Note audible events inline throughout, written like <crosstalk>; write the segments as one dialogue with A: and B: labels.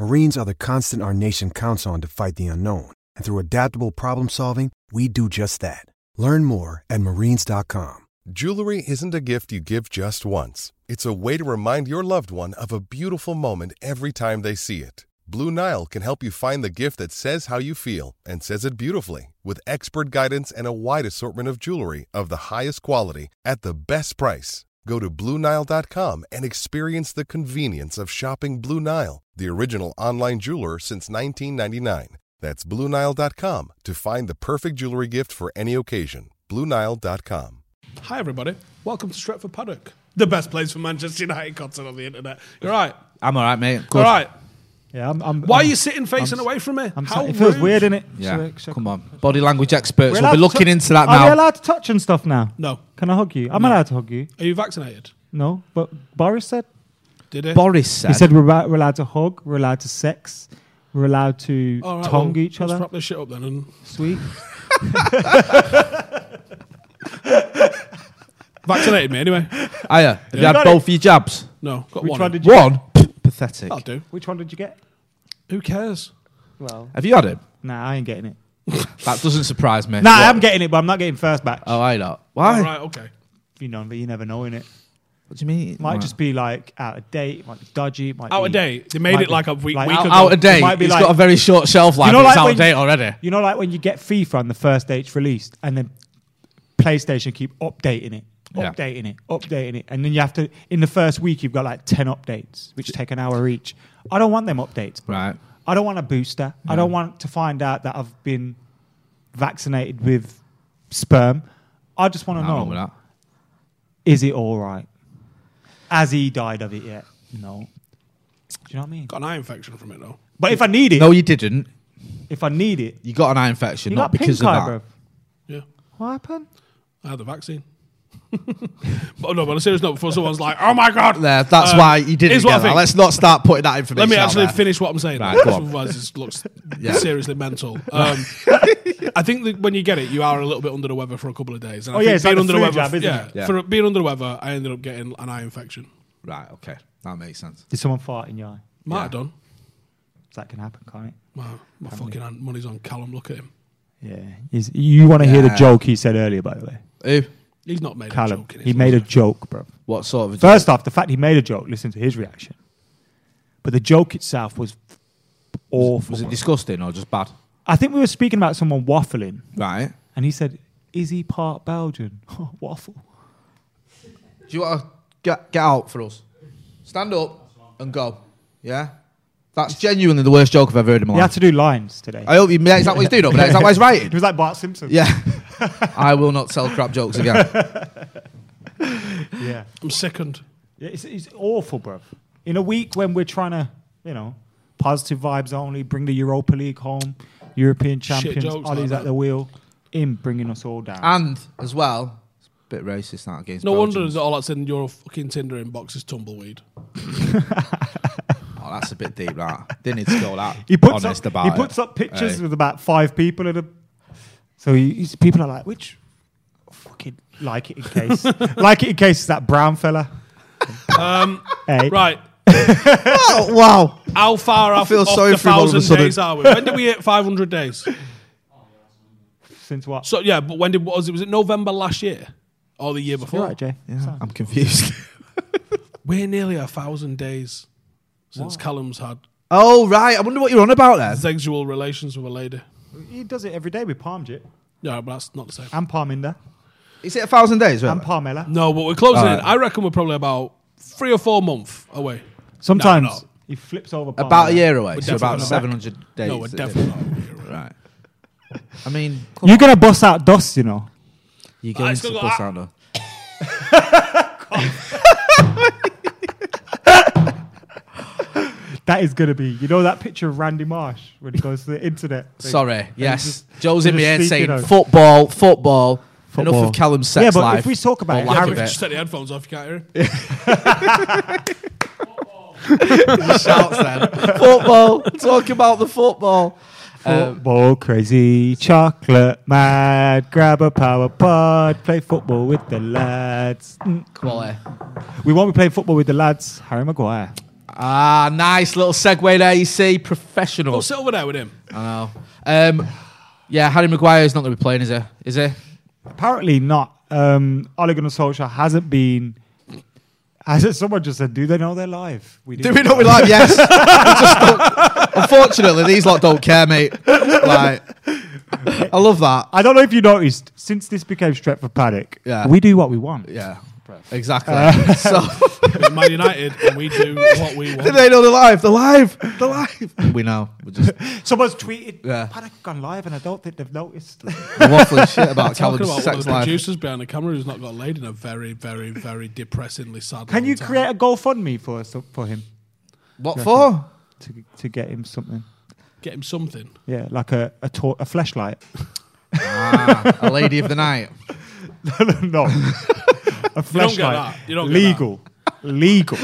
A: Marines are the constant our nation counts on to fight the unknown. And through adaptable problem solving, we do just that. Learn more at marines.com.
B: Jewelry isn't a gift you give just once. It's a way to remind your loved one of a beautiful moment every time they see it. Blue Nile can help you find the gift that says how you feel and says it beautifully with expert guidance and a wide assortment of jewelry of the highest quality at the best price. Go to BlueNile.com and experience the convenience of shopping Blue Nile, the original online jeweler since 1999. That's BlueNile.com to find the perfect jewelry gift for any occasion. BlueNile.com.
C: Hi, everybody. Welcome to Stretford Paddock, the best place for Manchester United content on the internet. You're right.
D: I'm all right, mate. Good.
C: All right.
E: Yeah, I'm, I'm,
C: Why
E: I'm,
C: are you sitting facing away from me?
E: I'm
C: How
E: sorry. it feels
C: rude.
E: weird, innit?
D: Yeah,
E: Should I- should I-
D: come on. Body language experts
E: We're
D: will be
E: allowed
D: looking
E: to-
D: into that
E: Are we
D: now.
E: allowed to touch and stuff now?
C: No.
E: Can I hug you? I'm allowed to hug you.
C: Are you vaccinated?
E: No, but Boris said
C: Did it?
D: Boris said,
E: he said we're, ra- we're allowed to hug, we're allowed to sex, we're allowed to
C: All right,
E: tongue
C: well,
E: each
C: let's
E: other.
C: Wrap this shit up then. And
E: Sweet.
C: vaccinated me anyway.
D: Hiya, have you had
E: Got
D: both your
E: <laughs>
D: jabs? <laughs>
C: No, got
E: Which
C: one.
E: one did you?
D: One? Pathetic.
C: I'll do.
E: Which one did you get?
C: Who cares?
E: Well,
D: Have you had him?
E: nah, I ain't getting it.
D: That doesn't surprise me.
E: Nah,
D: What?
E: I'm getting it, but I'm not getting first batch.
D: Oh, I know. Why?
C: All right, okay.
E: You know, but you never know, innit?
D: What do you mean?
E: Might
D: Right.
E: just be like out of date, might be dodgy, might
C: Out
E: be,
C: of date. They made
E: might
C: it
E: be-
C: like a week-
E: like
C: week
E: out-
C: ago.
D: out of date.
E: It might be
D: It's
E: like-
D: got a very short shelf life.
E: You know,
D: but
E: like
D: it's out
E: when-
D: of date already.
E: You know, like when you get FIFA on the first date released, and then PlayStation keep updating it,
D: Yeah.
E: updating it, updating it, and then you have to in the first week you've got like ten updates, which take an hour each. I don't want them updates. bro.
D: Right. Mm.
E: I don't want a booster. I don't want to find out that I've been vaccinated with sperm. I just want to
D: I'm
E: know:
D: wrong with that.
E: is it all right? Has he died of it yet? No. Do you know what I mean?
C: Got an eye infection from it though.
E: But if I need it,
D: No, you didn't.
E: if I need it,
D: You got an eye infection,
E: you
D: not
E: got pink
D: because of
E: eye,
D: that.
E: bro.
C: Yeah,
E: What happened?
C: I had the vaccine. <laughs> but no, but on a serious note, before someone's like, "Oh my god,"
D: There, that's
E: Uh,
C: um,
D: why you didn't
C: here's what I
D: get that.
C: think.
D: Let's not start putting that
C: Let
D: information
C: me
D: out
C: actually
D: there.
C: finish what I'm saying.
D: Right,
C: now,
D: go on.
C: Otherwise, this looks
D: <laughs> Yeah.
C: seriously
D: <laughs>
C: mental. Um, I think that when you get it, you are a little bit under the weather for a couple of days. And
E: Oh,
C: I
E: yeah,
C: think
E: it's like a flu
C: weather,
E: jab, isn't
C: yeah,
E: it?
D: Yeah.
C: for being under the weather, I ended up getting an eye infection.
D: Right, okay. That makes sense.
E: Did someone fart in your eye?
C: Might
D: Yeah.
C: have done.
E: That can happen, can't it?
C: Wow, my fucking hand, money's on Callum. Look at him.
E: Yeah. He's, you want to hear the
D: Yeah.
E: joke he said earlier, by the way.
D: Who?
C: He's not made a
E: Callum.
C: joke. in his
E: He made a
C: life.
E: joke, bro.
D: What sort of a
E: First off, the fact he made a joke, listen to his reaction. But the joke itself was awful.
D: Was it
E: bro.
D: disgusting or just bad?
E: I think we were speaking about someone waffling,
D: Right.
E: and he said, Is he part Belgian? <laughs> Waffle.
D: Do you want to get, get out for us? Stand up and go. Yeah? That's genuinely the worst joke I've ever heard in my
E: He had
D: life.
E: to do lines today.
D: I hope you. Is that what he's doing over there? Is that what he's
E: <laughs> It
D: writing?
E: was like Bart Simpson.
D: Yeah. <laughs> I will not tell crap jokes again.
E: Yeah.
C: I'm sickened.
E: Yeah, It's, it's awful, bro. In a week when we're trying to, you know, positive vibes only, bring the Europa League home, European champions,
C: jokes
E: Ollie's
C: like
E: at
C: that.
E: the wheel, him bringing us all down.
D: And as well, it's a bit racist that against
C: No wonder
D: Belgians.
C: that all that's in your fucking Tinder inbox is tumbleweed.
D: Oh, that's a bit deep, that. Didn't need to go that
E: he puts
D: honest
E: up,
D: about
E: he
D: it.
E: puts up pictures
D: Hey.
E: with about five people in a. So he, he's- people are like, which fucking like it
C: <laughs>
E: in case, like it in case is that brown fella.
C: Um,
E: <laughs> Hey,
C: right.
D: Oh, wow.
C: How far off,
D: feel
C: off
D: sorry
C: the
D: for him all of a
C: thousand
D: sudden.
C: days are we? When did we hit 500 days?
E: since what?
C: So yeah, but when did what was it? Was it November last year or the year
E: You're
C: before?
E: right, Jay.
D: Yeah, I'm confused. <laughs>
C: We're nearly a thousand days since Callum's had
D: oh, right. I wonder what you're on about there.
C: sexual relations with a lady.
E: He does it every day with Palmjit
C: Yeah, but that's not the same.
E: and Palminder.
D: Is it a thousand days? Right?
E: and Palmella.
C: No, but we're closing
D: Alright.
C: in. I reckon we're probably about three or four months away.
E: Sometimes
C: no.
E: he flips over. Palmella.
D: About a year away,
C: We're
D: so
C: definitely
D: about
C: not.
D: seven hundred days.
C: no, we're definitely
D: <laughs>
C: not.
D: Right. I mean, come
E: You're gonna bust out dust, you know.
D: You're
C: Ah,
D: going
C: it's
D: to
C: gonna
D: pull
C: go-
D: sound though.
E: That is gonna be. You know that picture of Randy Marsh when he goes to <laughs> the internet.
D: Sorry, yes.
E: just-
D: Joe's
E: they
D: in my
E: just
D: head
E: speak,
D: saying
E: you know.
D: football, football,
E: Football.
D: Enough of Callum's sex
E: Yeah, but
D: life
E: if
D: <laughs>
E: we talk about
D: or
E: it,
D: lack
C: Yeah,
E: Harry-
C: but
D: of
C: if you just
D: it.
C: take the headphones off, you can't hear him.
D: Shouts then. football. Talk about the football.
E: Football crazy, chocolate mad, grab a power pod, play football with the lads. Mm.
D: Quality.
E: We won't be playing football with the lads. Harry Maguire.
D: Ah, nice little segue there. You see, professional.
C: Sit over there with him.
D: I know. Um, yeah, Harry Maguire is not going to be playing, is he? Is he?
E: Apparently not. Um, Ole Gunnar Solskjaer hasn't been. <laughs> Has someone just said, do they know they're live? We
D: Do we know we live? <laughs>
E: <laughs>
D: Yes. We just don't- unfortunately, these lot don't care, mate. Like, I love that.
E: I don't know if you noticed, since this became Stretford Paddock,
D: Yeah.
E: we do what we want.
D: Yeah, exactly.
E: Uh,
D: so
E: <laughs>
C: We're Man United, and we do what we want.
D: <laughs> they know they're live. They're live. They're live. We know. We're just
E: Someone's tweeted,
D: Yeah.
E: Paddock gone live, and I don't think they've noticed.
D: waffling shit
C: <laughs>
D: about
C: Talking
D: Callum's
C: about one of
D: sex
C: the
D: life.
C: producers behind the camera who's not got laid in a very, very, very depressingly sad.
E: Can
C: long
E: you
C: time.
E: create a GoFundMe for us, for him
D: What for?
E: to, to get him something?
C: get him something?
E: Yeah, like a a, tor- a flashlight. <laughs>
D: Ah, a lady of the night.
E: no, a
C: You don't get
E: flashlight.
C: that. You don't get
E: legal,
C: <laughs>
E: legal.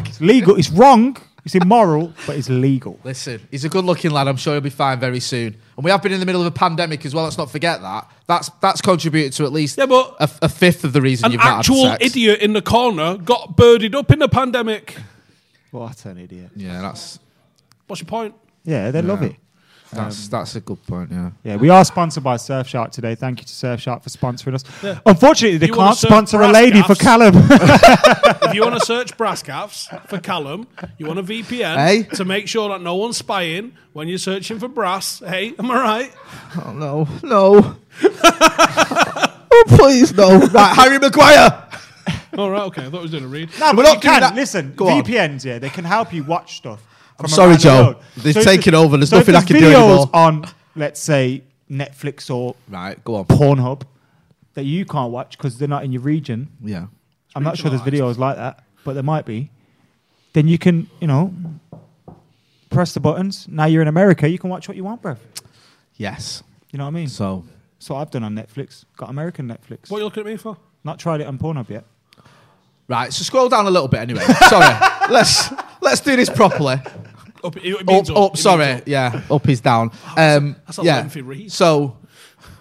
E: it's legal. It's wrong. It's immoral, but it's legal.
D: Listen, he's a good-looking lad. I'm sure he'll be fine very soon. And we have been in the middle of a pandemic as well. Let's not forget that. That's that's contributed to at least
C: Yeah, but
D: a, f- a fifth of the reason
C: An
D: you've not
C: actual
D: had sex.
C: idiot in the corner got birded up in the pandemic.
E: What an idiot.
D: Yeah, that's
C: What's your point?
E: Yeah, they love it.
D: that's that's a good point. Yeah.
E: Yeah, we are sponsored by Surfshark today. Thank you to Surfshark for sponsoring us. Unfortunately, they
C: You wanna
E: can't
C: surf
E: sponsor a
C: brass
E: lady for
C: gaffs?
D: <laughs>
E: Callum.
C: if you want to search brass calves for Callum, you want a VPN
D: Hey?
C: to make sure that no one's spying when you're searching for brass. Hey, am I right?
D: Oh no, no. <laughs> oh please, no. Right, Harry Maguire.
C: All right, okay. I thought I was doing a read.
E: No,
D: We're
E: but
D: not
E: you
D: doing
E: can
D: that.
E: listen.
D: Go on.
E: VPNs, yeah, they can help you watch stuff. from
D: sorry,
E: around the
D: Joe.
E: world.
D: They've
E: if
D: taken over. There's
E: if
D: nothing I can do
E: videos
D: anymore.
E: on, let's say, Netflix or
D: Right, go on.
E: Pornhub that you can't watch because they're not in your region.
D: Yeah.
E: I'm not sure there's videos like that, but there might be. Then you can, you know, press the buttons. Now you're in America, you can watch what you want, bruv.
D: Yes.
E: You know what I mean? So,
D: So
E: I've done on Netflix. Got American Netflix.
C: What are you looking at me for?
E: Not tried it on Pornhub yet.
D: right, so scroll down a little bit anyway. <laughs> sorry. Let's let's do this properly.
C: Up, it, it
D: Up,
C: means
D: up,
C: up, it means
D: sorry.
C: up.
D: Yeah, up is down. Um,
C: that's a
D: yeah.
C: lengthy read.
D: So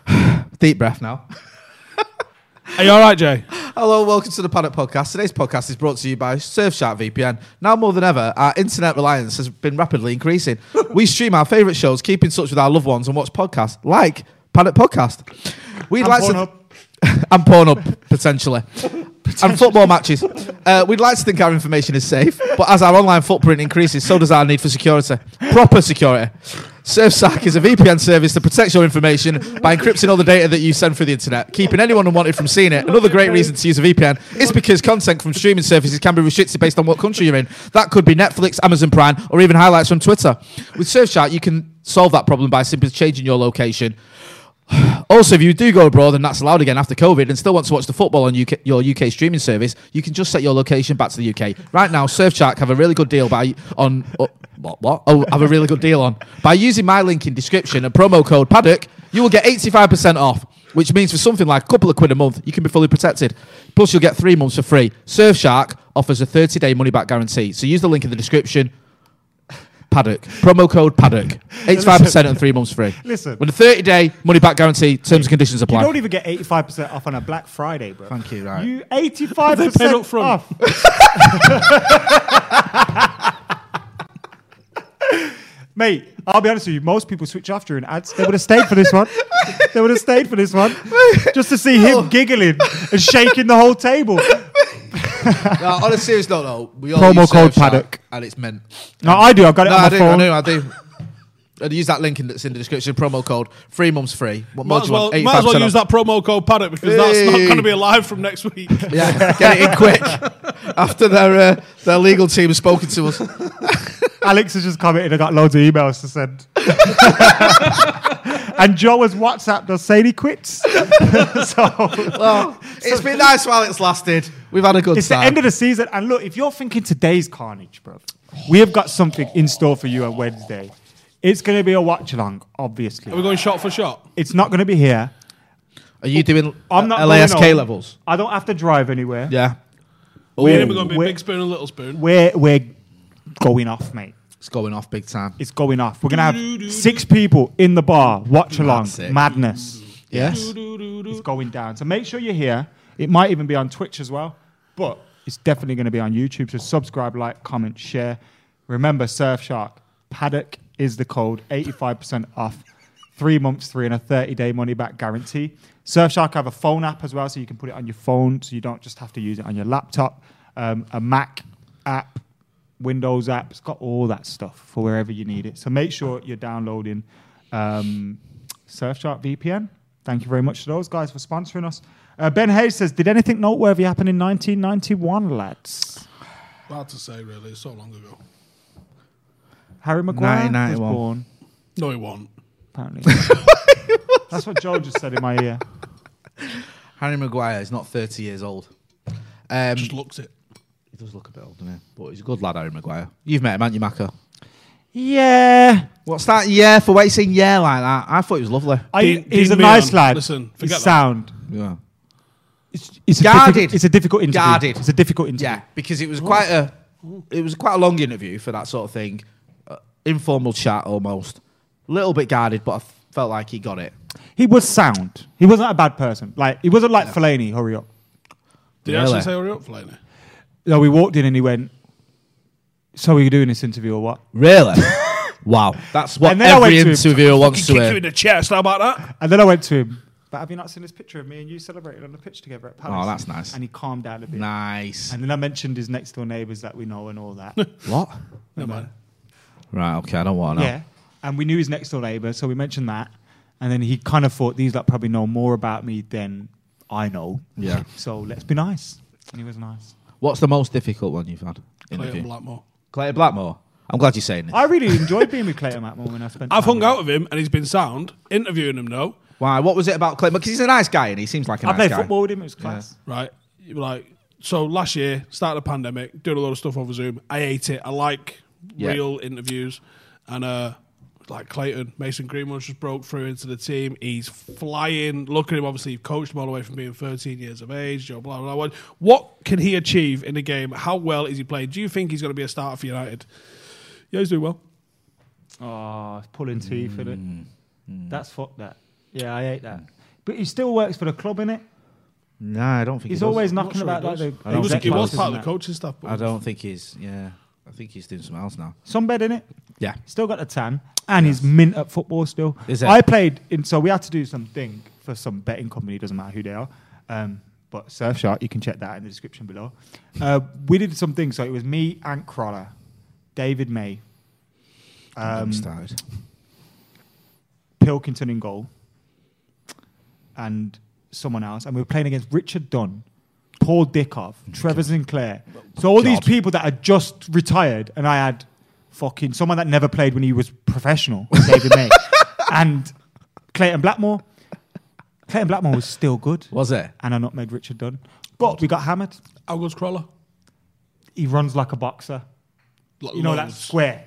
D: <sighs> deep breath now.
C: <laughs> Are you all right, Jay?
D: Hello, welcome to the Paddock Podcast. Today's podcast is brought to you by Surfshark VPN. Now more than ever, our internet reliance has been
C: <laughs>
D: rapidly increasing. we stream our favourite shows, keep in touch with our loved ones, and watch podcasts like Paddock Podcast. We'd
E: And
D: like
E: Pornhub.
D: to and porn up potentially. And football matches. Uh, we'd like to think our information is safe, but as our online footprint increases, so does our need for security. Proper security. Surfsack is a VPN service that protects your information by encrypting all the data that you send through the internet, keeping anyone unwanted from seeing it. Another great reason to use a VPN is because content from streaming services can be restricted based on what country you're in. That could be Netflix, Amazon Prime, or even highlights from Twitter. With Surfshark, you can solve that problem by simply changing your location. Also, if you do go abroad and that's allowed again after COVID and still want to watch the football on UK, your UK streaming service, you can just set your location back to the UK. Right now, Surfshark have a really good deal by on oh, what what oh have a really good deal on by using my link in description and promo code Paddock, you will get eighty five percent off. Which means for something like a couple of quid a month, you can be fully protected. Plus, you'll get three months for free. Surfshark offers a 30 day money back guarantee. So use the link in the description. Paddock. Promo code Paddock. 85% and three months free.
E: Listen.
D: With a 30 day money back guarantee, terms and conditions
E: You
D: apply.
E: don't even get 85% off on a Black Friday, bro.
D: Thank you, right.
E: You
C: They paid up
E: 85%
C: front.
E: off. Mate, I'll be honest with you. Most people switch off during ads. They would have stayed for this one. They would have stayed for this one just to see him giggling and shaking the whole table.
D: No, Uh, on a serious note, though, we all
E: Promo
D: use
E: code
D: Surfshark,
E: Paddock.
D: and it's meant.
E: No, I do. I've got it
D: No,
E: on my
D: I do,
E: phone.
D: I do, I do. And use that link in, that's in the description. Promo code. Three months free. What
C: Might
D: more do
C: as
D: you
C: well,
D: want?
C: might as
D: 85%
C: well
D: off.
C: use that promo code Paddock because that's not
D: Hey.
C: going to be alive from next
D: <laughs>
C: week.
D: Yeah, get it in quick after their uh, their legal team has spoken to us.
E: Alex has just commented. I got loads of emails to send. <laughs> and Joe has WhatsApped us saying he quits. <laughs> so
D: Well, it's been nice while it's lasted. We've had a good
E: It's
D: time.
E: the end of the season. And look, if you're thinking today's carnage, bro, we have got something in store for you on Wednesday. It's going to be a watch along,
C: Are we
E: obviously.
C: going shot for shot?
E: It's not going to be here.
D: Are you doing
E: I'm not
D: LASK
E: going on.
D: levels?
E: I don't have to drive anywhere.
D: Yeah,
C: We're going to be
E: We're-
C: big spoon and little spoon.
E: We're, we're going off, mate.
D: it's going off big time.
E: It's going off. We're going to have six people in the bar, watch along,
D: sick.
E: madness.
D: Yes,
E: It's going down. So make sure you're here. It might even be on Twitch as well, but it's definitely going to be on YouTube. So subscribe, like, comment, share. Remember, Surfshark, Paddock is the code, 85% off, three months, three, and a 30 day money back guarantee. Surfshark have a phone app as well, so you can put it on your phone, so you don't just have to use it on your laptop, um, a Mac app, Windows app. It's got all that stuff for wherever you need it. So make sure you're downloading um, Surfshark VPN. Thank you very much to those guys for sponsoring us. Uh, ben Hayes says, "Did anything noteworthy happen in 1991, lads?"
C: Hard to say, really. It's so long ago.
E: Harry Maguire was
D: 1991.
E: born.
C: No, it won't.
D: <laughs>
E: Apparently, that's what Joe just said in my ear.
D: Harry Maguire is not thirty years old. Um,
C: Just looks it.
D: he does look a bit old, doesn't he? But he's a good lad, Harry Maguire. You've met him, haven't you, Maka?
E: Yeah,
D: What's that? Yeah, for waiting. Yeah, like that. I thought he was lovely.
E: I,
C: Dean-
E: he's
C: Dean
E: a nice
C: Meehan.
E: lad.
C: Listen,
E: he's
C: forget that.
E: sound.
D: Yeah.
E: It's, it's A
D: Guarded.
E: difficult, it's a difficult interview.
D: Guarded.
E: It's a difficult interview.
D: Yeah, because it was quite a it was quite a long interview for that sort of thing, uh, informal chat almost, little bit guarded, but I f- felt like he got it.
E: He was sound. He wasn't a bad person. Like he wasn't like Fellaini. Hurry up.
C: Did he
D: Really?
C: actually say hurry up, Flaney?
E: So we walked in and he went, "So are you doing this interview or what?"
D: Really? <laughs> wow, that's what
E: And then I went
D: every
E: to him,
D: interviewer wants to
C: Kick you in
D: hear.
C: the chest. How about that?
E: And then I went to him. But have you not seen this picture of me and you celebrating on the pitch together at Palace?
D: Oh, that's nice.
E: And he calmed down a bit.
D: Nice.
E: And then I mentioned his next door neighbours that we know and all <laughs> that.
D: what?
C: No, man.
D: Right. Okay. I don't want to know.
E: yeah. And we knew his next door neighbour, so we mentioned that. And then he kind of thought these lot probably know more about me than I know.
D: Yeah.
E: <laughs> So let's be nice. And he was nice.
D: What's the most difficult one you've had?
C: Clayton
D: Interview.
C: Blackmore.
D: Clayton Blackmore. I'm glad you're saying this.
E: I really enjoyed being with Clayton Atmore when I spent.
C: I've
E: time
C: hung
E: with
C: out
E: him.
C: with him and he's been sound. Interviewing him, no.
D: Why? What was it about Clayton? Because he's a nice guy and he seems like a
E: I
D: nice
E: played
D: guy.
E: football with him. It was class.
C: right? You were Like, so last year, start of the pandemic, doing a lot of stuff over Zoom. I hate it. I like
D: Yeah.
C: real interviews, and uh, like Clayton Mason Greenwood's just broke through into the team. He's flying. Look at him. Obviously, you've coached him all the way from being 13 years of age. Joe, blah blah. blah. What- What can he achieve in the game? How well is he playing? Do you think he's going to be a starter for United? Yeah, he's doing well.
E: Oh, it's pulling teeth in it. That's fuck that. Yeah, I hate that. But he still works for the club, innit?
D: No, I don't think
E: He's
D: he does.
E: always
C: I'm not
E: knocking
C: sure
E: about
C: he
E: like
C: does.
E: the.
D: I
C: He
D: don't
C: was,
D: think
C: he
D: he
C: was
D: does.
C: part of the coaching staff. But
D: I don't think he's. Yeah. I think he's doing something else now.
E: Sunbed in it.
D: Yeah.
E: Still got the tan, and he's mint at football still.
D: Is it?
E: I played in, so we had to do something for some betting company. Doesn't matter who they are. Um, but Surfshark, you can check that in the description below. Uh, we did something, so it was me, Ant Crawler, David May,
D: Um, started.
E: Pilkington in goal, and someone else, and we were playing against Richard Dunn, Paul Dickoff, Trevor Sinclair. So all these
D: God.
E: people that had just retired, and I had fucking someone that never played when he was professional, David May, and Clayton Blackmore. Clayton Blackmore was still good,
D: <laughs> Was it?
E: and I not made Richard Dunn, but we got hammered.
C: How good's Crawler?
E: He runs like a boxer,
C: Like
E: you know that
C: loads.
E: square,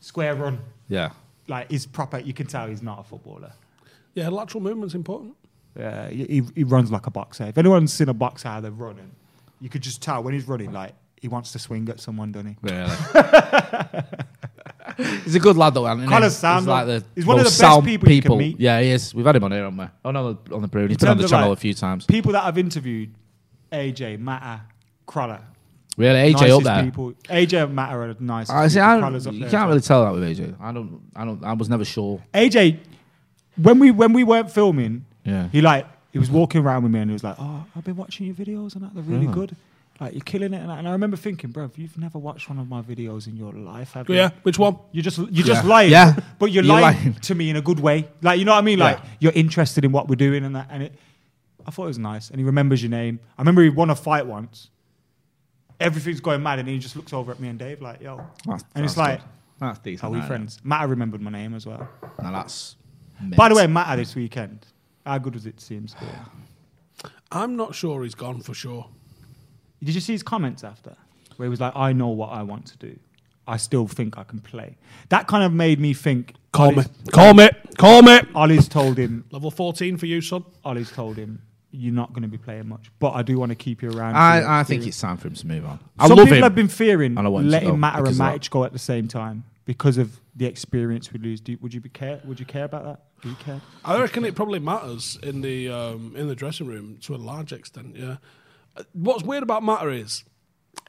E: square run.
D: Yeah.
E: Like he's proper. You can tell he's not a footballer.
C: Yeah, lateral movement's important.
E: Uh, he, he runs like a boxer. If anyone's seen a boxer how they're running, you could just tell when he's running, like he wants to swing at someone, doesn't he?
D: Really.
E: <laughs>
D: he's a good lad though, isn't he?
E: Colours
D: he's
E: sound,
D: like
E: though.
D: the
E: He's one of
D: most
E: the best
D: sound
E: people you can meet.
D: Yeah, he is. We've had him on here, haven't we? Oh no, on the Bruin. He's been on
E: terms
D: the
E: of,
D: channel
E: like,
D: a few times.
E: People that I've interviewed, AJ, Matter, Crawler.
D: Really, AJ
E: nicest
D: up there.
E: People. AJ and Matter are nice.
D: I see. I, you can't really
E: well.
D: tell that with AJ. I don't. I don't. I was never sure.
E: AJ, when we when we weren't filming,
D: Yeah.
E: he like he was walking around with me and he was like, "Oh, I've been watching your videos and that they're really, good." Like you're killing it, and, I- and I remember thinking, bro, you've never watched one of my videos in your life, have you?
C: Yeah, which one?
E: You're just you're just lying.
D: Yeah.
E: But you're,
D: You're
E: lying,
D: lying.
E: to me in a good way. Like you know what I mean? Like
D: Yeah.
E: you're interested in what we're doing and that and it I thought it was nice. And he remembers your name. I remember he won a fight once. Everything's going mad and he just looks over at me and Dave like, yo.
D: That's-
E: and it's
D: that's
E: like,
D: good. That's decent.
E: are we
D: isn't it?
E: friends? Matt remembered my name as well.
D: Now that's.
E: By the
D: mint.
E: way, Matt this weekend. How good was it to see
D: <sighs>
E: him score?
C: I'm not sure he's gone for sure.
E: Did you see his comments after? Where he was like, I know what I want to do. I still think I can play. That kind of made me think
C: Call me.
E: Ollie's-
C: Call me. Call me.
E: Ollie's told him
C: Level 14 for you, son.
E: Ollie's told him you're not going to be playing much, but I do want to keep you around. for your
D: I, I think
E: experience."
D: it's time for him to move on. I
E: Some
D: love
E: people
D: him.
E: have been fearing
D: and I want him to go
E: letting Matter and
D: because of that.
E: Matic go at the same time because of the experience we lose. Do, you- would you be care? Would you care about that? Do you care?
C: I reckon it probably matters in the um, in the dressing room to a large extent. Yeah. Uh, What's weird about Matter is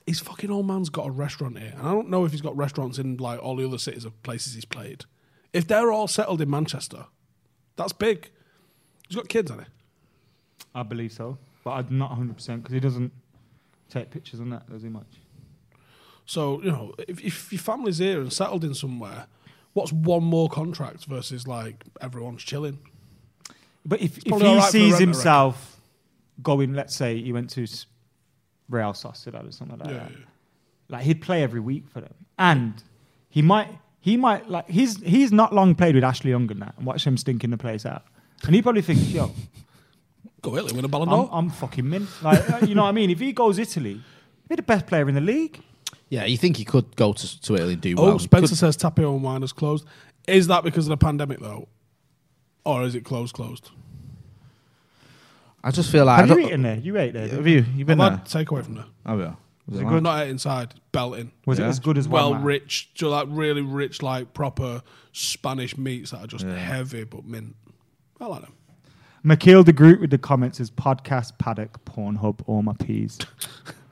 C: his fucking old man's got a restaurant here, and I don't know if he's got restaurants in like all the other cities of places he's played. If they're all settled in Manchester, that's big. He's got kids, hasn't he?
E: I believe so, but I'm not 100 percent because he doesn't take pictures on that does he much?
C: So you know, if, if your family's here and settled in somewhere, what's one more contract versus like everyone's chilling?
E: But if, if
C: probably
E: he
C: all right for the
E: sees
C: rent, I reckon.
E: himself going, let's say he went to s- Real Sociedad or something like
C: Yeah,
E: that,
C: yeah.
E: like he'd play every week for them, and he might he might like he's he's not long played with Ashley Young and that, and watch him stinking the place out, and he probably thinks, yo,
C: Go Italy, win a Ballon
E: I'm,
C: d'Or.
E: I'm fucking mint, like uh, you know what I mean. If he goes Italy, he'd be the best player in the league.
D: Yeah, you think he could go to, to Italy and do well?
C: Oh, Spencer
D: Could-
C: says Tapio and Wine is closed. Is that because of the pandemic though, or is it closed? Closed.
D: I just feel like. I
E: Have you
D: don't-
E: eaten there? You ate there. didn't
D: Have
E: you?
D: you? You've been
C: I've
D: there?
C: had takeaway from there.
D: Have you? Was it
C: I'm not at inside belting.
E: Was
D: Yeah.
E: it as good as
C: well
E: one? man?
C: rich, so like really rich, like proper Spanish meats that are just heavy but mint. I like them.
E: Mikhail the Groot with the comments is podcast paddock Pornhub all my
D: <laughs>
E: peas.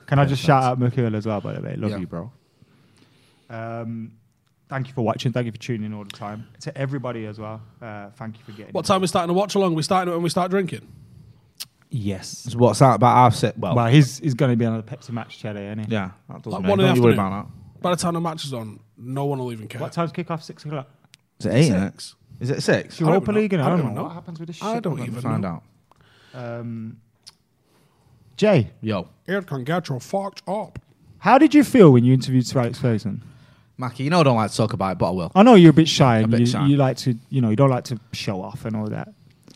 E: Can I just shout out Mikhail as well? By the way, love
D: Yeah.
E: you, bro. Um, thank you for watching. Thank you for tuning in all the time. To everybody as well. Uh, thank you for getting.
C: What
E: in.
C: time we starting to watch along? We starting it when we start drinking.
E: Yes.
D: So what's that about? I've said. Well,
E: Well, he's he's going to be on the Pepsi match today, isn't he?
D: yeah. That doesn't
C: Like
D: matter.
C: one in
D: Don't
C: the
D: you worry
C: afternoon.
D: about
C: By the time the match is on, no one will even care.
E: What time's kickoff? Six o'clock.
D: that. Is it eight? innit?
C: Six.
D: Is it six?
C: I don't
E: Europa
C: know.
E: League, and
C: I
E: I don't,
C: don't
E: know.
C: know.
E: what happens with this shit.
C: I don't
D: Let me
C: even
D: find
C: know.
D: out.
E: Um, Jay,
D: Yo,
C: It can get you fucked up.
E: how did you feel when you interviewed Sir Alex Ferguson?
D: Mackie, you know I don't like to talk about it, but I will.
E: I know you're a bit shy, and
D: bit
E: you,
D: shy.
E: you like to, you know, you don't like to show off and all that.
D: Do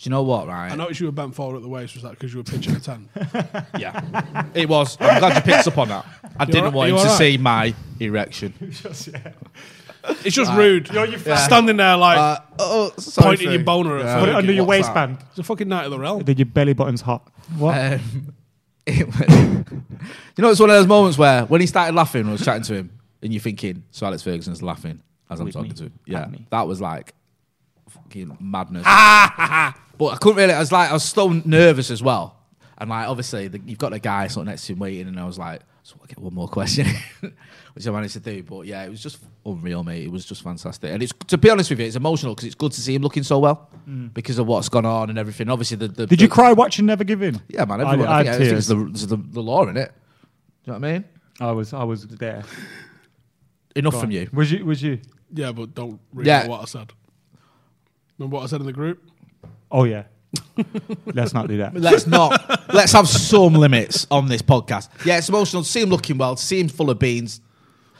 D: you know what? Right?
C: I noticed you were bent forward at the waist. Was that because you were pitching a
E: <laughs>
C: ten?
D: Yeah, it was. I'm glad you picked up on that. I didn't
C: all-
D: want
C: you
D: him
C: all
D: to
C: right?
D: see my erection.
C: it's just rude. You're, standing there like
D: Uh, oh, sorry,
C: pointing
D: Ferg.
C: your boner at.
D: Yeah.
C: Fergie.
E: Put it under your
D: what's that?
E: waistband.
C: It's a fucking night of the realm.
E: Then your belly button's hot. What?
D: Um, <laughs> it was- you know, it's one of those moments where when he started laughing, I was chatting to him, and you're thinking, so Alex Ferguson's laughing as I'm
E: With
D: talking
E: me.
D: to him. Yeah,
E: At me.
D: that was like fucking
E: <laughs>
D: madness. but I couldn't really. I was like, I was so nervous as well, and like obviously the, you've got the guy sort of next to him waiting, and I was like, so I get one more question, <laughs> which I managed to do. But yeah, it was just unreal, mate. It was just fantastic, and it's to be honest with you, it's emotional because it's good to see him looking so well
E: Mm.
D: because of what's gone on and everything. Obviously, the, the
E: Did you
D: the-
E: cry watching Never Give In?
D: uh, yeah, man. Everyone, I,
E: I
D: think, I
E: had
D: think it's
E: tears.
D: the, it's the, the law in it. Do you know what I mean?
E: I was, I was there.
D: Enough
E: Go
D: from
E: on.
D: you.
E: Was you? Was you?
C: Yeah, but don't read
D: Yeah.
C: what I said. Remember what I said in the group?
E: Oh yeah. Let's not do that.
D: Let's <laughs> not. let's have some limits on this podcast. Yeah, it's emotional. to See him looking well. to See him full of beans.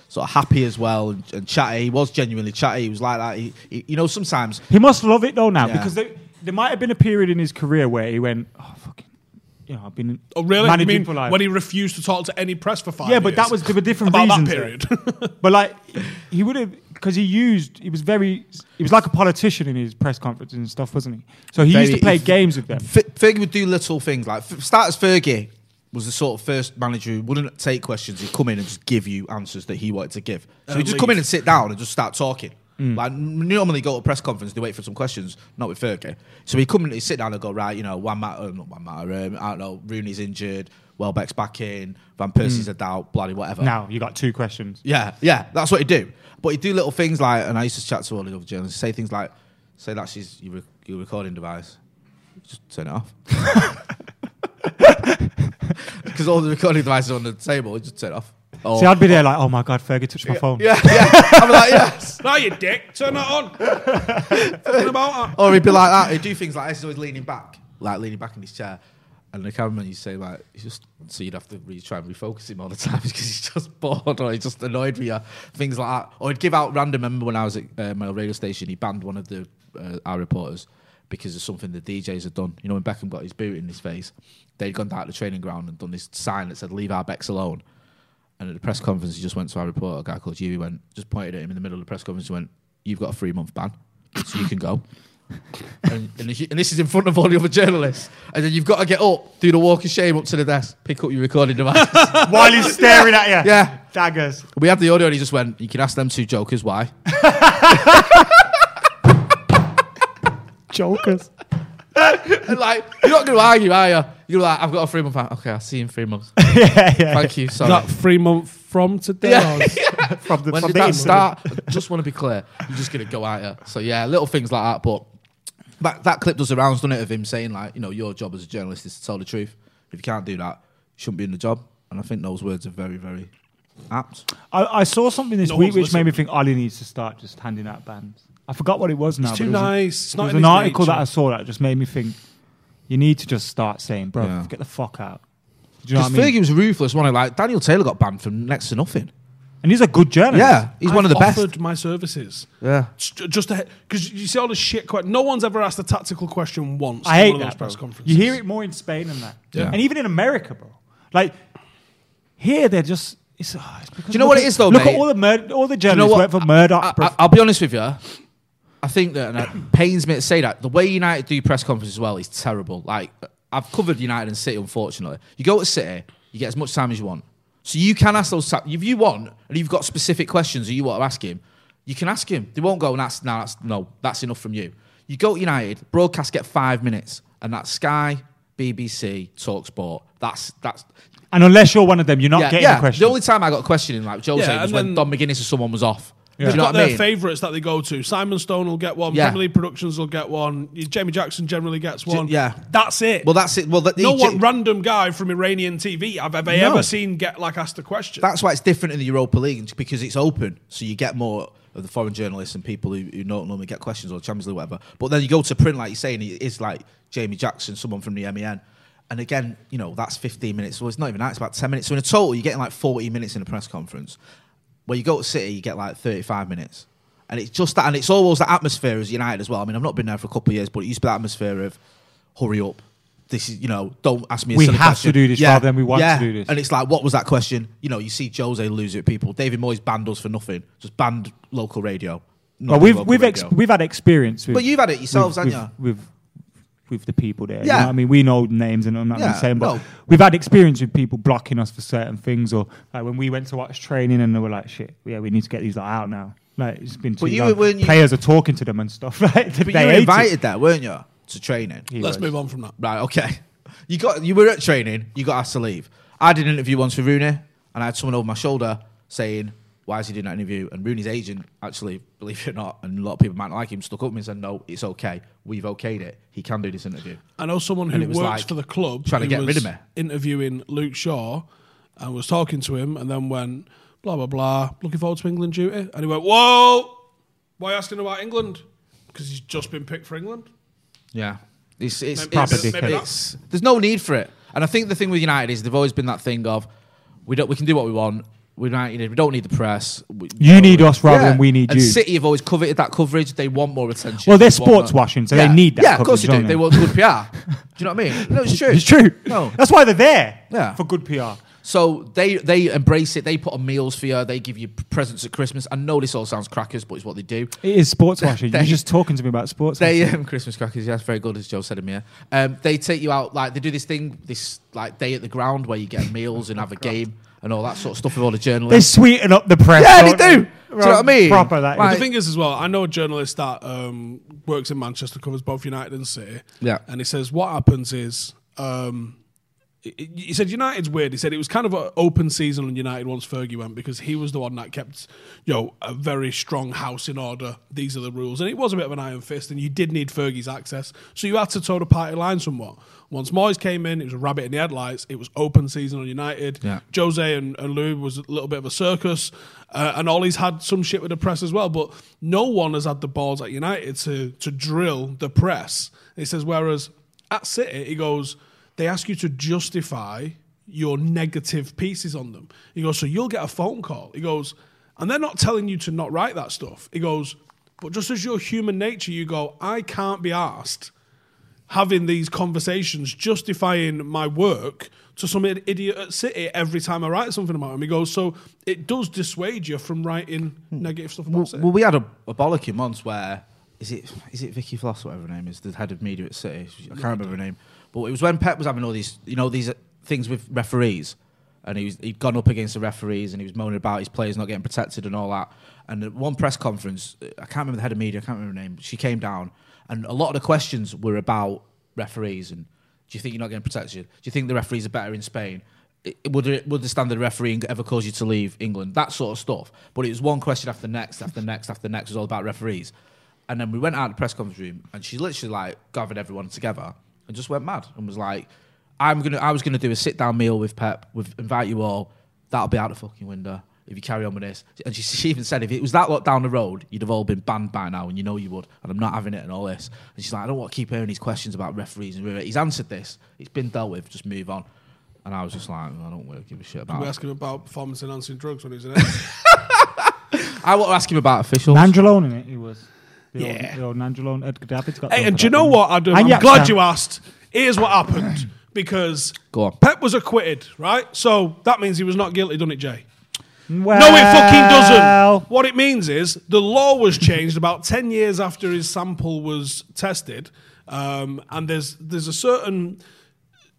D: Sort of happy as well and, and chatty. He was genuinely chatty. He was like that. He, he- you know, sometimes
E: He must love it though now
D: Yeah.
E: because there, there might have been a period in his career where he went, oh fucking, you know, I've been
C: Oh, really? I
E: managing
C: mean,
E: for life.
C: when he refused to talk to any press for five
E: yeah, but that
C: years?
E: was there were different
C: About that
E: reasons there.
C: period.
E: <laughs>
C: <laughs>
E: but like, he would have because he used he was very he was like a politician in his press conferences and stuff, wasn't he? So he used
D: Very-
E: to play
D: he-
E: games with them.
D: F- Fergie would do little things like f- start as Fergie was the sort of first manager who wouldn't take questions. He'd come in and just give you answers that he wanted to give. So he'd just come in
C: leave.
D: and sit down and just start talking. Like n- normally go to a press conference, they wait for some questions. Not with Fergie. So he'd come in, he'd sit down and go right, you know, one matter, not one matter. Um, I don't know, Rooney's injured, Welbeck's back in, Van Persie's a doubt, bloody whatever.
E: Now you got two questions.
D: Yeah, yeah, that's what he do. But he do little things like, and I used to chat to all the other journalists, say things like, say that's his, your, re- your <laughs> recording device, just turn it off. because all the recording devices are on the table. You just turn it off. Oh.
E: See, I'd be there like, oh my God, Fergie touched my phone.
D: yeah, yeah. I'd be like, yes.
C: Now you dick, turn that on. Fucking about that.
D: <laughs> Or he'd be like that. He'd do things like this. He's always leaning back, like leaning back in his chair. And the cameraman, you say like, he's just so you'd have to really try and refocus him all the <laughs> time because he's just bored or he's just annoyed with you, things like that. Or he'd give out random. Remember when I was at uh, my radio station, he banned one of the uh, our reporters because of something the DJs had done. You know, when Beckham got his boot in his face, they'd gone down to the training ground and done this sign that said "Leave our Becks alone." And at the press conference, he just went to our reporter, a guy called Huey, went, just pointed at him in the middle of the press conference and went, You've got a three month ban, so you
C: <laughs>
D: can go. and, and, this- and this is in front of all the other journalists. And then you've got to get up, do the walk of shame up to the desk, pick up your
C: <laughs>
D: recording device.
E: While he's staring at you.
D: Yeah.
E: Daggers.
D: we had the audio and he just went, You can ask them two
C: <laughs>
D: jokers why.
E: Jokers.
D: And <laughs> like, you're not going to argue, are you? You're like, I've got a three month ban. Okay, I'll see you in
C: <laughs>
D: three months.
E: yeah, yeah.
D: Thank you. Sorry.
C: That three month from today.
D: <laughs> Yeah.
C: or-
E: From the,
D: when
E: from
D: did
E: the
D: that
E: incident.
D: start? <laughs> I just want to be clear. You're just gonna go at her. So yeah, little things like that. But that, that clip does the rounds, doesn't it, of him saying like, you know, your job as a journalist is to tell the truth. If you can't do that, you shouldn't be in the job. And I think those words are very, very apt.
E: I, I saw something this
C: No
E: week
C: one's
E: which
C: listening.
E: made me think Ali needs to start just handing out bans. I forgot what it was now.
C: It's
E: but
C: too
E: it was a-
C: nice. It's
E: There
C: not
E: was
C: in
E: an
C: his
E: article that
C: nature.
E: I saw that just made me think you need to just start saying, bro,
D: Yeah.
E: get the fuck out. Do you know
D: Because
E: what I mean?
D: Fergie was ruthless, wasn't he? Like Daniel Taylor got banned from next to nothing.
E: and he's a good journalist.
D: Yeah, he's one of
C: I've
D: the best.
C: Offered my services.
D: Yeah.
C: J- Just because you see all the shit. que- No one's ever asked a tactical question once.
E: I
C: in
E: hate
C: one of
E: that.
C: those press
E: bro.
C: conferences.
E: You hear it more in Spain than that.
D: Yeah.
E: And even in America, bro. Like, here they're just. It's, ah, it's because
D: you know
E: look
D: what
E: at-
D: it is though,
E: Look
D: mate?
E: at all the, mur- all the
D: You know
E: journalists
D: what?
E: work for Murdoch,
D: I,
E: bro.
D: will be honest with you. I think that, and it pains me to say that, the way United do press conferences as well is terrible. Like, I've covered United and City, unfortunately. You go to City, you get as much time as you want. So you can ask those, ta- if you want, and you've got specific questions that you want to ask him, you can ask him. They won't go, and that's, no, that's, no, that's enough from you. You go to United, broadcast get five minutes, and that's Sky, BBC, Talksport. That's, that's,
E: and unless you're one of them, you're not getting a question.
D: the only time I got a question in like Joe's
C: Yeah,
D: saying was
C: and then-
D: when Don McGuinness or someone was off. Do you know
C: Got
D: what I
C: their
D: mean?
C: favourites that they go to. Simon Stone will get one.
D: Yeah.
C: Family Productions will get one. Jamie Jackson generally gets one.
D: yeah.
C: that's it.
D: Well, that's it. Well, that,
C: no
D: he-
C: one random guy from Iranian TV I've ever,
D: No.
C: ever seen get like asked a question.
D: That's why it's different in the Europa League because it's open, so you get more of the foreign journalists and people who, who don't normally get questions or Champions League, whatever. But then you go to print, like you're saying, it is like Jamie Jackson, someone from the MEN. And again, you know, that's 15 minutes. Well, it's not even that, it's about 10 minutes. So in a total, you're getting like 40 minutes in a press conference. Where you go to City, you get like 35 minutes. And it's just that, and it's always that atmosphere as United as well. I mean, I've not been there for a couple of years, but it used to be that atmosphere of hurry up. This is, you know, don't ask me a
E: We
D: silly
E: have to
D: question.
E: do this rather than we want to do this.
D: And it's like, what was that question? You know, you see Jose lose it, people. David Moyes banned us for nothing. Just banned local radio.
E: Well,
D: Not
E: we've
D: local
E: we've ex-
D: radio.
E: we've had experience. With,
D: But you've had it yourselves,
E: with,
D: haven't
E: with, with with the people there. you
D: Yeah.
E: know what I mean, we know names, and I'm not
D: Yeah,
E: saying, but
D: no.
E: we've had experience with people blocking us for certain things, or like when we went to watch training, and they were like, "Shit, yeah, we need to get these like, out now." Like it's been too
D: you
E: long.
D: were- when you-
E: Players are talking to them and stuff. <laughs> Like
D: but
E: they
D: you were
E: hate
D: invited there, weren't you, to training?
E: it.
C: Let's move on from that.
D: Right, okay. <laughs> You got you were at training, you got asked to leave. I did an interview once with Rooney and I had someone over my shoulder saying, Why is he doing that interview? And Rooney's agent, actually, <laughs> believe it or not, and a lot of people might not like him, stuck up with me and said, No, it's okay. We've okayed it. He can do this interview.
C: I know someone who
D: And it
C: works
D: was like
C: for the club
D: trying to
C: who
D: get
C: was
D: rid of me.
C: Interviewing Luke Shaw, and was talking to him, and then went blah blah blah. Looking forward to England duty, and he went, "Whoa, why are you asking about England? Because he's just been picked for England."
D: Yeah. It's, it's,
C: Maybe-
D: it's-
E: maybe
D: it's- it's- there's no need for it. And I think the thing with United is they've always been that thing of we don't we can do what we want. We're not, you know, we don't need the press. We-
E: You need us rather than we need
D: and
E: you.
D: City have always coveted that coverage. They want more attention.
E: Well, they're
D: They want
E: sports
D: more-
E: washing, so they need that
D: Yeah, of course
E: coverage,
D: you do.
E: don't
D: They
E: they?
D: want good
E: <laughs>
D: PR. do you know what I mean? No, it's true.
E: It's true.
D: No.
E: <laughs> That's why they're there.
D: Yeah.
E: For good PR.
D: So they they embrace it. They put on meals for you. They give you presents at Christmas. I know this all sounds crackers, but it's what they do.
E: It is sports washing. You're
D: <laughs> They-
E: just talking to me about sports.
D: They
E: washing.
D: um, Christmas crackers, yeah, that's very good, as Joe said in here. Um, they take you out like they do this thing, this like day at the ground where you get meals and have <laughs> a game and all that sort of stuff with all the
E: They
D: journalists.
E: sweeten up the press.
D: Yeah, they
E: don't
D: do. Do you know what I mean?
E: Proper that. is.
D: Like-
C: The thing is, as well, I know a journalist that um, works in Manchester, covers both United and City.
D: Yeah.
C: And he says what happens is um, he said United's weird. He said it was kind of an open season on United once Fergie went because he was the one that kept, you know, a very strong house in order. These are the rules, and it was a bit of an iron fist, and you did need Fergie's access, so you had to toe the party line somewhat. Once Moyes came in, it was a rabbit in the headlights. It was open season on United.
D: Yeah.
C: Jose and, and Lou was a little bit of a circus, uh, and Ollie's had some shit with the press as well. But no one has had the balls at United to to drill the press. He says, whereas at City, he goes, they ask you to justify your negative pieces on them. He goes, so you'll get a phone call. He goes, and they're not telling you to not write that stuff. He goes, but just as your human nature, you go, I can't be asked having these conversations justifying my work to some id- idiot at City every time I write something about him. He goes, so it does dissuade you from writing negative stuff about City.
D: Hmm. Well, we had a, a bollock in once where is it is it Vicky Floss, whatever her name is, the head of media at City. I can't remember her name, but it was when Pep was having all these you know these uh, things with referees, and he was he'd gone up against the referees and he was moaning about his players not getting protected and all that. And at one press conference, uh, I can't remember the head of media, I can't remember her name. but She came down, and a lot of the questions were about referees and do you think you're not getting protected? Do you think the referees are better in Spain? it- would it, would the standard refereeing ever cause you to leave England? That sort of stuff. But it was one question after the next, after the next, after the next. It was all about referees. And then we went out of the press conference room, and she literally like gathered everyone together and just went mad and was like, "I'm gonna, I was gonna do a sit down meal with Pep, with invite you all. That'll be out the fucking window if you carry on with this." And she, <laughs> she even said, "If it was that lot down the road, you'd have all been banned by now, and you know you would." And I'm not having it and all this. And she's like, "I don't want to keep hearing these questions about referees and he's answered this. It's been dealt with. Just move on." And I was just like, I don't really give a shit about
C: We
D: it.
C: ask him about performance enhancing drugs when he was
D: <laughs>
C: in it.
D: I want to ask him about officials.
E: Nandrolone in it, he was. The
C: Yeah.
E: Old, the old Nandrolone, Edgar Davids got
C: Hey,
E: done
C: and
E: for
C: do you
E: that,
C: know
E: didn't
C: what,
E: he?
C: Adam?
E: And
C: I'm
E: Yapstam.
C: glad you asked. Here's what
D: <clears throat>
C: happened because
D: Go on.
C: Pep was acquitted, right? So that means he was not guilty, doesn't it, Jay?
E: Well,
C: no, it fucking doesn't. What it means is the law was changed about 10 years after his sample was tested. Um, and there's, there's a certain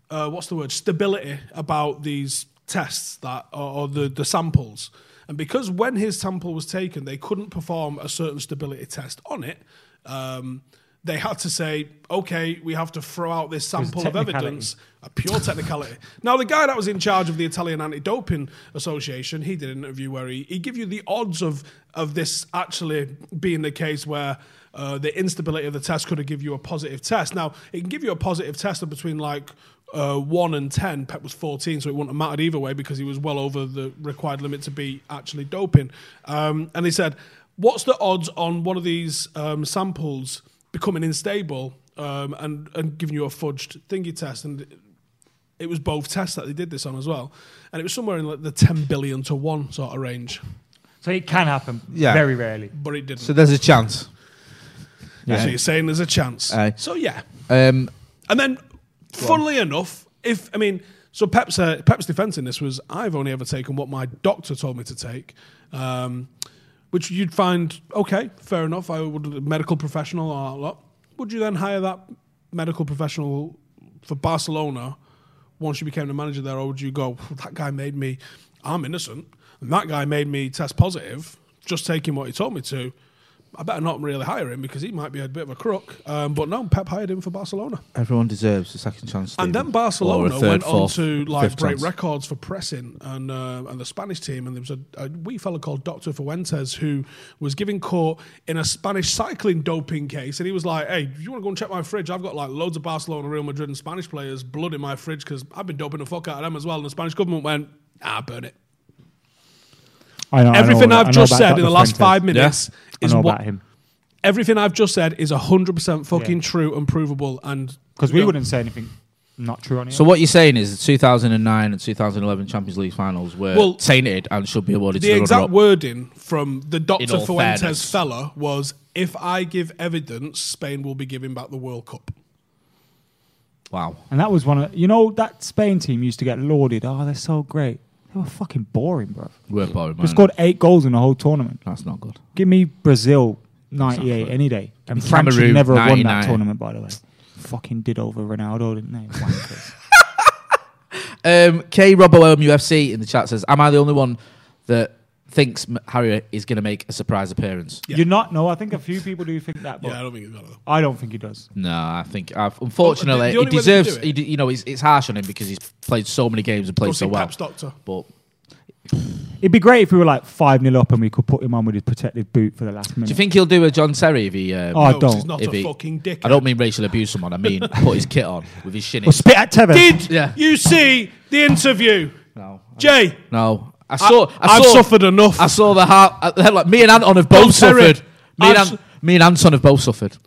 C: uh, what's the word stability about these tests that or, or the, the samples and because when his sample was taken they couldn't perform a certain stability test on it um, they had to say okay we have to throw out this sample of
E: technicality.
C: evidence a pure technicality now the guy that was in charge of the italian anti-doping association he did an interview where he, he give you the odds of, of this actually being the case where uh, the instability of the test could have give you a positive test now it can give you a positive test of between like uh, one and ten. Pep was fourteen, so it wouldn't have mattered either way because he was well over the required limit to be actually doping. Um, and he said, "What's the odds on one of these um, samples becoming unstable um, and and giving you a fudged thingy test?" And it was both tests that they did this on as well, and it was somewhere in like the ten billion to one sort of range,
E: So it can happen.
D: Yeah.
E: Very rarely.
C: but it didn't.
D: So
C: So,
D: there's a chance.
C: you're saying there's a chance.
D: Aye.
C: So yeah.
D: Um,
C: And then, funnily enough, if I mean, so Pep's uh, Pep's defence in this was I've only ever taken what my doctor told me to take, um, which you'd find okay, fair enough. I would a medical professional or that lot. Would you then hire that medical professional for Barcelona once you became the manager there, or would you go? That guy made me. I'm innocent, and that guy made me test positive. Just taking what he told me to. I better not really hire him because he might be a bit of a crook. Um, but no, Pep hired him for Barcelona.
D: everyone deserves a second chance.
C: And
D: Stephen.
C: then Barcelona
D: Or a third,
C: went
D: fourth,
C: on to like
D: fifth
C: break
D: chance.
C: records for pressing, and uh, and the Spanish team, and there was a, a wee fella called Doctor Fuentes who was giving court in a Spanish cycling doping case, and he was like, "Hey, you want to go and check my fridge? I've got like loads of Barcelona, Real Madrid, and Spanish players' blood in my fridge because I've been doping the fuck out of them as well." And the Spanish government went, "Ah, burn it."
E: I know, I know
C: Everything
E: all
C: I've
E: that- I know
C: just
E: about
C: said in
E: Dr.
C: the last
E: Fuentes.
C: five minutes
E: I
C: is
E: know
C: what
E: about him.
C: everything I've just said is hundred percent fucking
E: Yeah.
C: true and provable, and
E: Because we
C: Yeah.
E: wouldn't say anything not true on it.
D: So what you're saying is the 2009 and 2011 Champions League finals were
C: Well,
D: tainted and should be awarded
C: the
D: to the
C: exact
D: runner-up.
C: wording from the Dr.
D: all
C: Fuentes
D: fairness.
C: fella was if I give evidence, Spain will be giving back the World Cup.
D: Wow.
E: And that was one of you know that Spain team used to get lauded. Oh, they're so great. They were fucking boring, bro.
D: We're boring,
E: They
D: man.
E: scored eight goals in the whole tournament.
D: That's not good.
E: Give me Brazil ninety eight
D: Exactly.
E: any day. And
D: me
E: France should
D: Cameroon,
E: never have won
D: 99.
E: that tournament, by the way. Fucking did over Ronaldo, didn't they? Wankers.
D: Um, K Robbo MUFC in the chat says, "Am I the only one that thinks M- Harry is going to make a surprise appearance.
C: Yeah.
E: You're not. No, I think a few people do think that, but
C: Yeah, I don't think he's got them.
E: I don't think he does.
D: No, I think I've, unfortunately
C: the only way
D: he
C: they can
D: deserves.
C: do it-
D: He, d- you know, it's, it's harsh on him because he's played so many games and
C: Go
D: played
C: see
D: so well.
C: Pep's doctor.
D: But
E: It'd be great if we were like five 0 up and we could put him on with his protective boot for the last minute.
D: do you think he'll do a John Terry if he? Um,
E: Oh, I
C: No, 'cause He's
E: don't.
C: not
D: if
C: a
D: he-
C: fucking dick.
D: I don't mean racial abuse someone.
C: <laughs>
D: I mean put his kit on with his shin. in.
E: Well, spit at Tevez.
C: Did
D: Yeah.
C: you see the interview?
D: No,
C: Jay,
D: no. I saw. I,
C: I've
D: saw,
C: suffered enough.
D: I saw the heart. I- Like me and Anton have both
C: Don't Terry.
D: suffered. Me and,
C: I've
D: An-
C: su-
D: me and Anton have both suffered.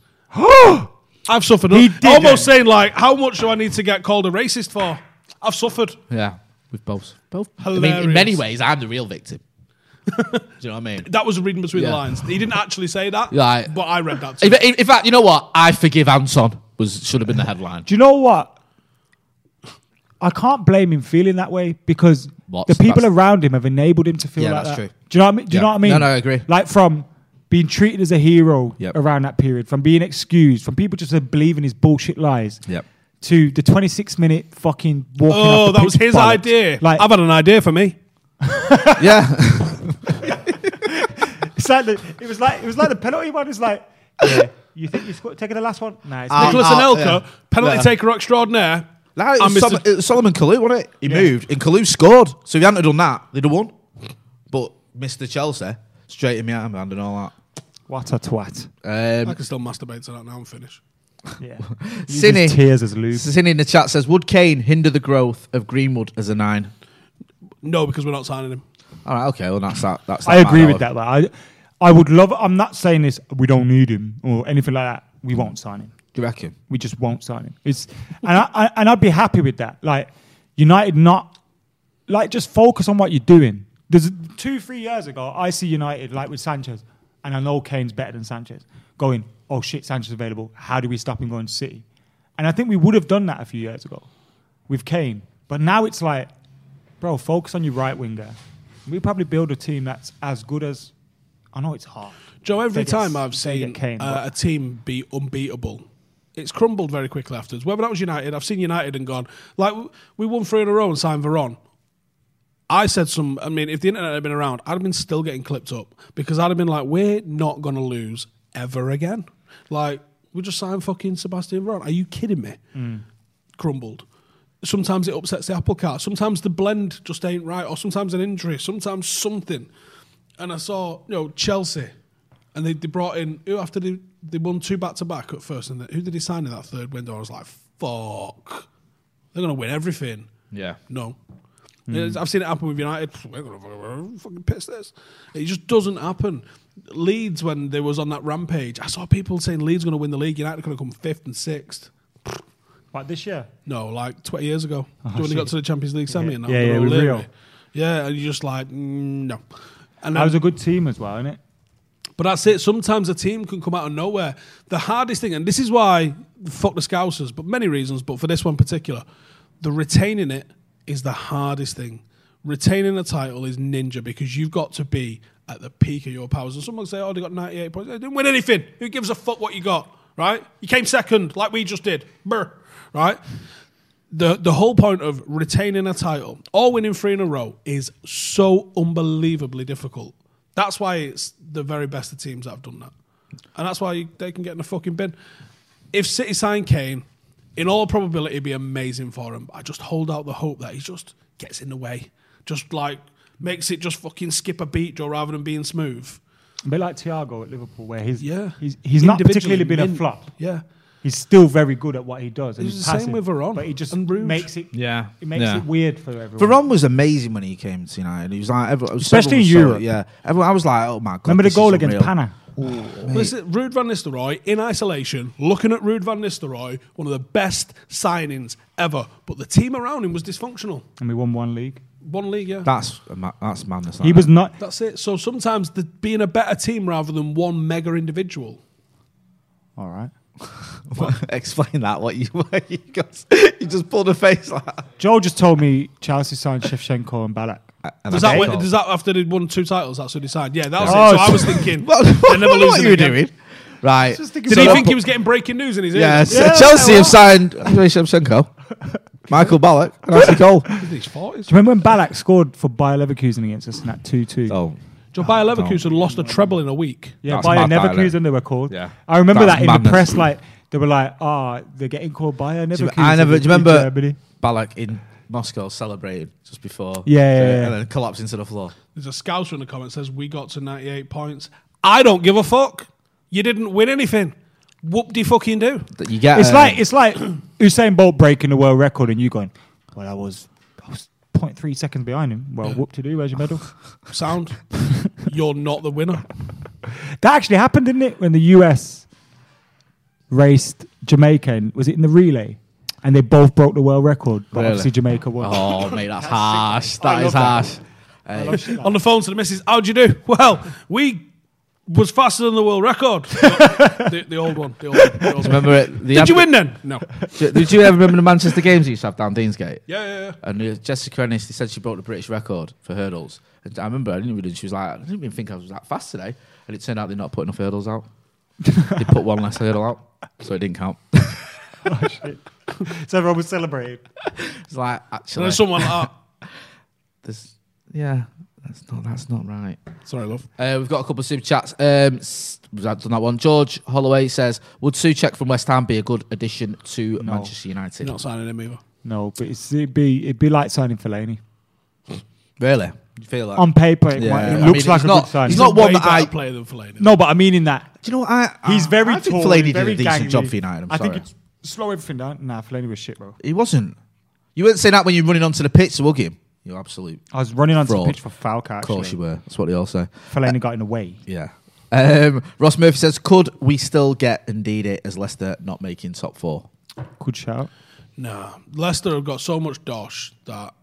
C: I've suffered
E: He
C: enough.
E: didn't.
C: Almost saying like, how much do I need to get called a racist for? I've suffered.
D: Yeah, we've both. Both. I mean,
C: Hilarious.
D: in many ways, I'm the real
C: <laughs>
D: victim. do you know what I mean?
C: That was reading between the
D: Yeah.
C: lines. He didn't actually say that,
D: Yeah, I-
C: but I read that. Too.
D: In, in- in fact, you know what? I forgive Anton was should have been the headline.
E: Do you know what? I can't blame him feeling that way because
D: What's-
E: the people
D: that's-
E: around him have enabled him to feel
D: Yeah,
E: like
D: that's
E: that.
D: true.
E: Do you know what I mean? Do you
D: Yeah.
E: know what I mean?
D: No, no, I agree.
E: Like from being treated as a hero
D: Yep.
E: around that period, from being excused, from people just believing his bullshit lies.
D: Yep.
E: To the 26 minute fucking walking. off
C: Oh,
E: the
C: that was
E: pitch
C: his
E: bollocks.
C: idea.
E: Like,
C: I've had an idea for me. <laughs>
D: yeah.
E: it's like the, it was like it was like the penalty one. It's like, yeah, you think you scored, taking the last one? Nah, it's
D: Um,
C: Nicholas
D: uh,
C: Anelka,
D: yeah.
C: penalty
D: Yeah.
C: taker extraordinaire.
D: Nah, it
C: and
D: was
C: Mr.
D: Sol- it was Solomon Kalou, wasn't it? He moved, and Kalou scored. So if he hadn't have done that, they'd have won. But Mr. Chelsea straight in my armband and all
E: what a twat.
D: that.
C: I
D: Um,
C: can still masturbate to that now. I'm finished.
E: Yeah.
D: Sinny.
E: Uses Tears as lube.
D: Sinny in the chat says, would Kane hinder the growth of Greenwood as a nine?
C: No, because we're not signing him.
D: All right, okay, well that's that. That's
E: I
D: that
E: agree
D: matter.
E: with that. Like, I, I would love. I'm not saying this. We don't need him or anything like that. We won't sign him.
D: Do you reckon?
E: We just won't sign him. It's and I, I and I'd be happy with that. Like United, not like just focus on what you're doing. There's two, three years ago, I see United like with Sanchez, and I know Kane's better than Sanchez. Going, oh shit, Sanchez is available. How do we stop him going to City? And I think we would have done that a few years ago with Kane. But now it's like, bro, focus on your right winger. We probably build a team that's as good as. I know it's hard.
C: Joe, every
E: They get-
C: time I've
E: they get
C: seen
E: Kane,
C: uh, a
E: but-
C: team be unbeatable, it's crumbled very quickly afterwards. Whether that was United, I've seen United and gone, like, we won three in a row and signed Veron. I said some, I mean, if the internet had been around, I'd have been still getting clipped up because I'd have been like, we're not going to lose ever again. Like, we just signed fucking Sebastian Veron. Are you kidding me? crumbled. Sometimes it upsets the apple cart. Sometimes the blend just ain't right, or sometimes an injury, sometimes something. And I saw, you know, Chelsea, and they, they brought in who after they, they won two back to back at first, and then who did he sign in that third window? I was like, fuck, they're gonna win everything.
D: Yeah.
C: No, It's- I've seen it happen with United. We're gonna fucking- fucking piss this. It just doesn't happen. Leeds when they was on that rampage, I saw people saying Leeds gonna win the league. United gonna come fifth and sixth.
E: Like this year.
C: No, like 20 years ago. Do you when they got to the Champions League semi and that?
E: Oh, Yeah,
C: they
E: yeah,
C: were
E: with
C: leery.
E: Real.
C: Yeah, and you're just like, mm, no. And
E: That
C: then,
E: was a good team as well, innit?
C: but that's it. Sometimes a team can come out of nowhere. The hardest thing, and this is why, fuck the Scousers, but many reasons, but for this one in particular, the retaining it is the hardest thing. Retaining a title is ninja because you've got to be at the peak of your powers. And someone say, oh, they got 98 points. They didn't win anything. Who gives a fuck what you got, right? You came second, like we just did. Brr, right? the the whole point of retaining a title or winning three in a row is so unbelievably difficult. That's why it's the very best of teams that have done that, and that's why they can get in the fucking bin. If City sign Kane, in all probability, it'd be amazing for him. I just hold out the hope that he just gets in the way, just like makes it just fucking skip a beat, Joe, rather than being smooth.
E: A bit like Thiago at Liverpool, where he's
C: Yeah,
E: he's, he's not particularly
C: Individually,
E: been a
C: mint.
E: flop.
C: Yeah,
E: He's still very good at what he does.
C: It
E: And
C: was
E: he's
C: the same with
E: passive,
C: Varane
E: but he just
C: and Ruge.
E: makes it.
D: Yeah.
E: it makes
D: Yeah.
E: it weird for everyone.
D: Veron was amazing when he came to United. He was like, everyone,
E: Especially in
D: everyone was
E: Europe.
D: so- yeah, everyone, I was like, oh my god.
E: Remember the
D: this
E: goal
D: is
E: against
D: unreal.
E: Pana?
C: Listen, Rude Van Nistelrooy in isolation, looking at Rude Van Nistelrooy, one of the best signings ever. But the team around him was dysfunctional.
E: and we won one league.
C: One league, yeah.
D: That's a ma- that's madness. like
E: He was
D: that.
E: not.
C: That's it. So sometimes the, being a better team rather than one mega individual.
E: All right.
D: <laughs> Explain that. What you <laughs> what you got? You just pulled a face like. that.
E: Joel just told me Chelsea signed Shevchenko and Balak.
D: And
C: Does
D: I
C: that,
D: got
C: when,
D: called.
C: does that after they'd won two titles? That's what they signed. Yeah, that was
E: Oh,
C: it. So I
D: <laughs>
E: so-
C: was thinking,
D: Well,
C: they're never
D: I know what
C: losing
D: you were
C: again.
D: doing. Right.
C: Did he think he was getting breaking news in his ears?
D: Yes.
E: Yeah,
D: Chelsea have signed Andrei Shevchenko, Michael Ballack, and Ashley Cole.
C: He's 40s.
E: Do you remember when Balak scored for Bayer Leverkusen against us in that 2 2?
D: Oh,
C: Joe Bayer Leverkusen lost a treble in a week.
E: Yeah,
D: That's
E: Bayer
D: mad, that,
E: Leverkusen
D: innit?
E: they were called.
D: Yeah.
E: I remember
D: That's
E: that in the
D: madness.
E: press, like they were like, ah, they're getting called Bayer
D: Do you,
E: Leverkusen.
D: I never. Do you
E: in
D: remember
E: Germany.
D: Balak in Moscow celebrating just before?
E: Yeah, yeah, yeah.
D: and then collapsing to the floor.
C: There's a scouser in the comments says we got to 98 points. I don't give a fuck. You didn't win anything. Whoop de fucking do.
D: That you get.
E: It's
D: uh,
E: like it's like <clears throat> Usain Bolt breaking the world record, and you going, well, I was, I was 0.3 seconds behind him. Well, whoop to do. Where's your medal? <laughs>
D: <laughs>
C: Sound. You're not the winner.
E: That actually happened, didn't it? When the US raced Jamaica, and was it in the relay? And they both broke the world record, but
D: Really?
E: obviously Jamaica won.
D: Oh mate, that's harsh. That
E: love
D: is
E: that.
C: <laughs>
D: harsh. Hey.
C: On the phone to the missus, how'd you do? Well, we was faster than the world
D: <laughs>
C: record. the, the old one. The old one, the old one.
D: Remember it?
C: Did you win then?
D: <laughs>
C: No.
D: Do, did you ever remember the Manchester games he used to have down Deansgate?
C: Yeah, yeah, yeah.
D: And uh, Jessica Ennis, they said she broke the British record for hurdles. And I remember I didn't even. She was like, I didn't even think I was that fast today. And it turned out they're not putting enough hurdles out. they put one less hurdle out, so it didn't count. <laughs>
E: So everyone was celebrating.
D: It's like
C: And
D: actually,
C: then someone like that.
D: there's, yeah, that's not that's not right.
C: Sorry, love.
D: Uh, we've got a couple of super chats. Um, s- we've had done that one. George Holloway says, "Would Suchek from West Ham be a good addition to
E: No.
D: Manchester United?"
C: You're not signing him either.
E: No, but it's, it'd be it'd be like signing Fellaini.
D: Really? You feel that?
E: On paper, it,
D: Yeah,
E: might,
D: I
E: it
D: mean,
E: looks
D: he's
E: like a
D: not-
E: good signing.
D: he's not one
C: Way
D: that
C: better
D: I-
C: player than Fellaini.
E: no, but I mean in that
D: Do you know what? I, I
E: he's very
D: I think
E: tall.
D: Fellaini did
E: very
D: a decent
E: gangly.
D: job for United. I'm
E: I
D: sorry.
E: think it's slow everything down. Nah, Fellaini was shit, bro.
D: he wasn't. You weren't saying that when you're running onto the pitch to hug him. You're absolute.
E: I was running onto
D: Fraud.
E: the pitch for Falcao.
D: Of course you
E: Actually.
D: were. Uh, That's what they all say.
E: Fellaini got in the way.
D: Yeah. Um, Ross Murphy says, "Could we still get indeed it as Leicester not making top four?
E: Good shout.
C: Nah. Leicester have got so much dosh that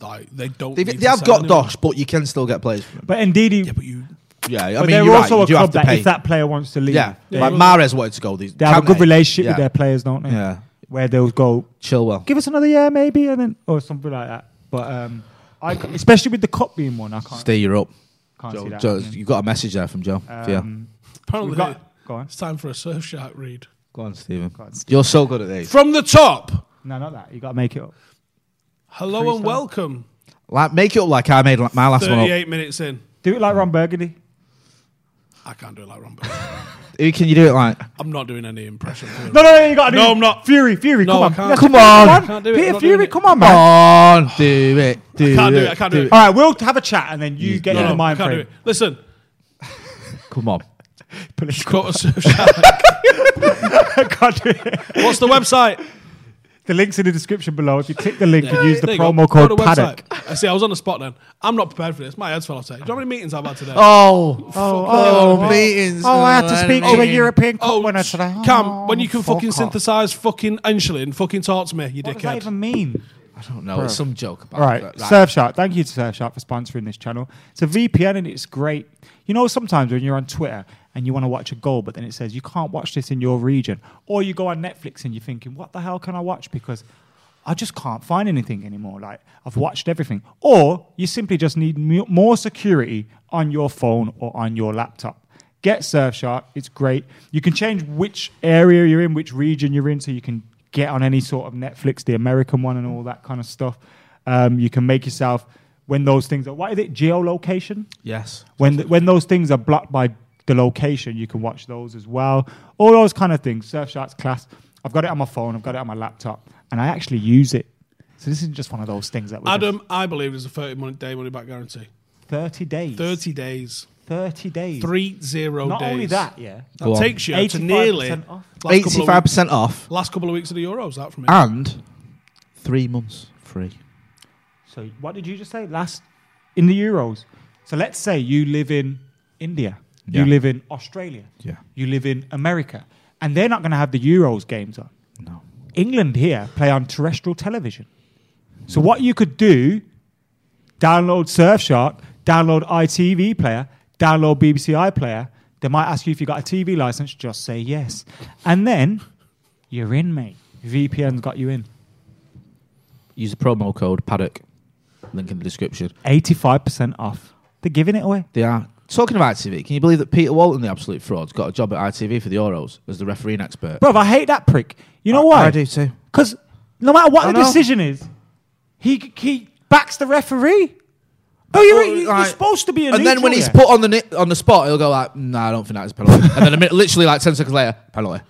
C: like they don't.
D: They've,
C: need
D: they
C: to
D: have
C: sign
D: got
C: anyone.
D: dosh, but you can still get players from them.
E: But Ndidi,
C: Yeah, but you.
D: Yeah, I
E: but
D: mean,
E: they're
D: you're right.
E: also
D: You
E: a
D: do have
E: club
D: to
E: that
D: pay.
E: if that player wants to leave,
D: yeah,
E: they,
D: like Mares wanted to go. These
E: they have a
D: Kante.
E: good relationship
D: Yeah.
E: with their players, don't they?
D: Yeah.
E: Where they'll go,
D: Chilwell.
E: give us another year maybe, and then or something like that. But um, I, especially with the cup being one, I can't,
D: Stay you're up.
E: can't see
D: Joe,
E: that.
D: Joe,
E: happening.
D: you got a message there from Joe. yeah.
E: Um,
C: Apparently,
E: we've got- go on.
C: it's time for a surf shark read.
D: Go on, Stephen.
E: on, Stephen.
D: You're so good at these.
C: From the top.
E: No, not that. You got to make it up.
C: Hello and
E: Freestyle.
C: welcome.
D: Like, make it up like I made like, my last one. Up.
C: 38 minutes in.
E: Do it like Ron Burgundy.
C: I can't do it like Rumble.
E: <laughs>
D: Who can you do it like?
C: I'm not doing any impression. for him.
E: No, no, no, you got to
C: No, I'm not.
E: Fury, Fury,
C: No,
E: come
C: I
E: on,
C: can't.
E: Let's
D: Come
E: do it.
D: on.
C: I can't do it. I'm
E: Peter
C: not doing
E: Fury,
C: it.
E: come on,
D: Come
E: man.
D: on, do it. Do
C: can't do it. I can't do it.
E: All right, we'll have a chat and then you get
C: No,
E: in
C: no,
E: the
C: I
E: mind
C: can't do
E: frame.
C: it. Listen,
D: <laughs> Come on.
E: Political.
C: go to surf
E: <laughs>
C: shark.
E: I <laughs> can't do it.
C: What's the website?
E: The link's in the description below. If you click the link and use the
C: There you
E: promo
C: go. Go
E: code
C: to
E: Paddock.
C: website. I see. I was on the spot then. I'm not prepared for this. My head's fell off today. Do you know how many meetings I've had today?
D: Oh,
C: oh, oh,
D: meetings.
E: Oh, I had to speak to a European
C: Oh,
E: cop when I said, oh,
C: Cam, when you can
E: fuck
C: fucking
E: off.
C: synthesize fucking insulin, fucking talk to me, you
E: What does that
C: dickhead.
E: even mean?
D: I don't know. It's some joke about
E: All right,
D: that.
E: Surfshark. Thank you to Surfshark for sponsoring this channel. It's a VPN and it's great. You know, sometimes when you're on Twitter and you want to watch a goal, but then it says you can't watch this in your region, or you go on Netflix and you're thinking, what the hell can I watch? Because I just can't find anything anymore. Like I've watched everything, or you simply just need mu- more security on your phone or on your laptop. Get Surfshark. It's great. You can change which area you're in, which region you're in, so you can get on any sort of Netflix, the American one, and all that kind of stuff. Um, you can make yourself when those things are. What is it? Geolocation.
D: Yes.
E: When th- when those things are blocked by the location, you can watch those as well. All those kind of things. Surfshark's class. I've got it on my phone. I've got it on my laptop, and I actually use it. So this isn't just one of those things that we
C: Adam, I believe there's a 30 mon- day money back guarantee.
E: thirty days,
C: 30 days.
E: 30 days.
C: Three zero
E: Not
C: days.
E: only that, yeah.
D: Go
C: That
D: on.
C: takes you to
E: 85%
C: nearly
E: off.
C: last couple of
D: Eighty-five percent Ah. off
C: weeks- Last couple of weeks of the Euros, that from me.
D: and three months free.
E: So what did you just say? Last in the Euros. So let's say you live in India,
D: Yeah.
E: you live in Australia,
D: Yeah.
E: you live in America, and they're not going to have the Euros games on.
D: No.
E: England here play on terrestrial television. So what you could do, download Surfshark, download ITV player, download BBC iPlayer. They might ask you if you got a TV license, just say yes. And then you're in, mate. VPN's got you in.
D: Use the promo code Paddock. Link in the description.
E: 85% off. They're giving it away.
D: They are talking about ITV. Can you believe that Peter Walton, the absolute fraud, got a job at ITV for the Euros as the refereeing expert?
E: Bro, I hate that prick. You know
D: I-
E: why?
D: I do too.
E: Because no matter what
D: I
E: the
D: know.
E: decision is, he he backs the referee.
F: Oh, you're, you're
D: Like-
F: supposed to be a
D: And then when
F: neutral,
D: he's
F: yeah.
D: put on the ni- on the spot, he'll go like, "Nah, I don't think that is a penalty." and then a minute, literally like ten seconds later, penalty.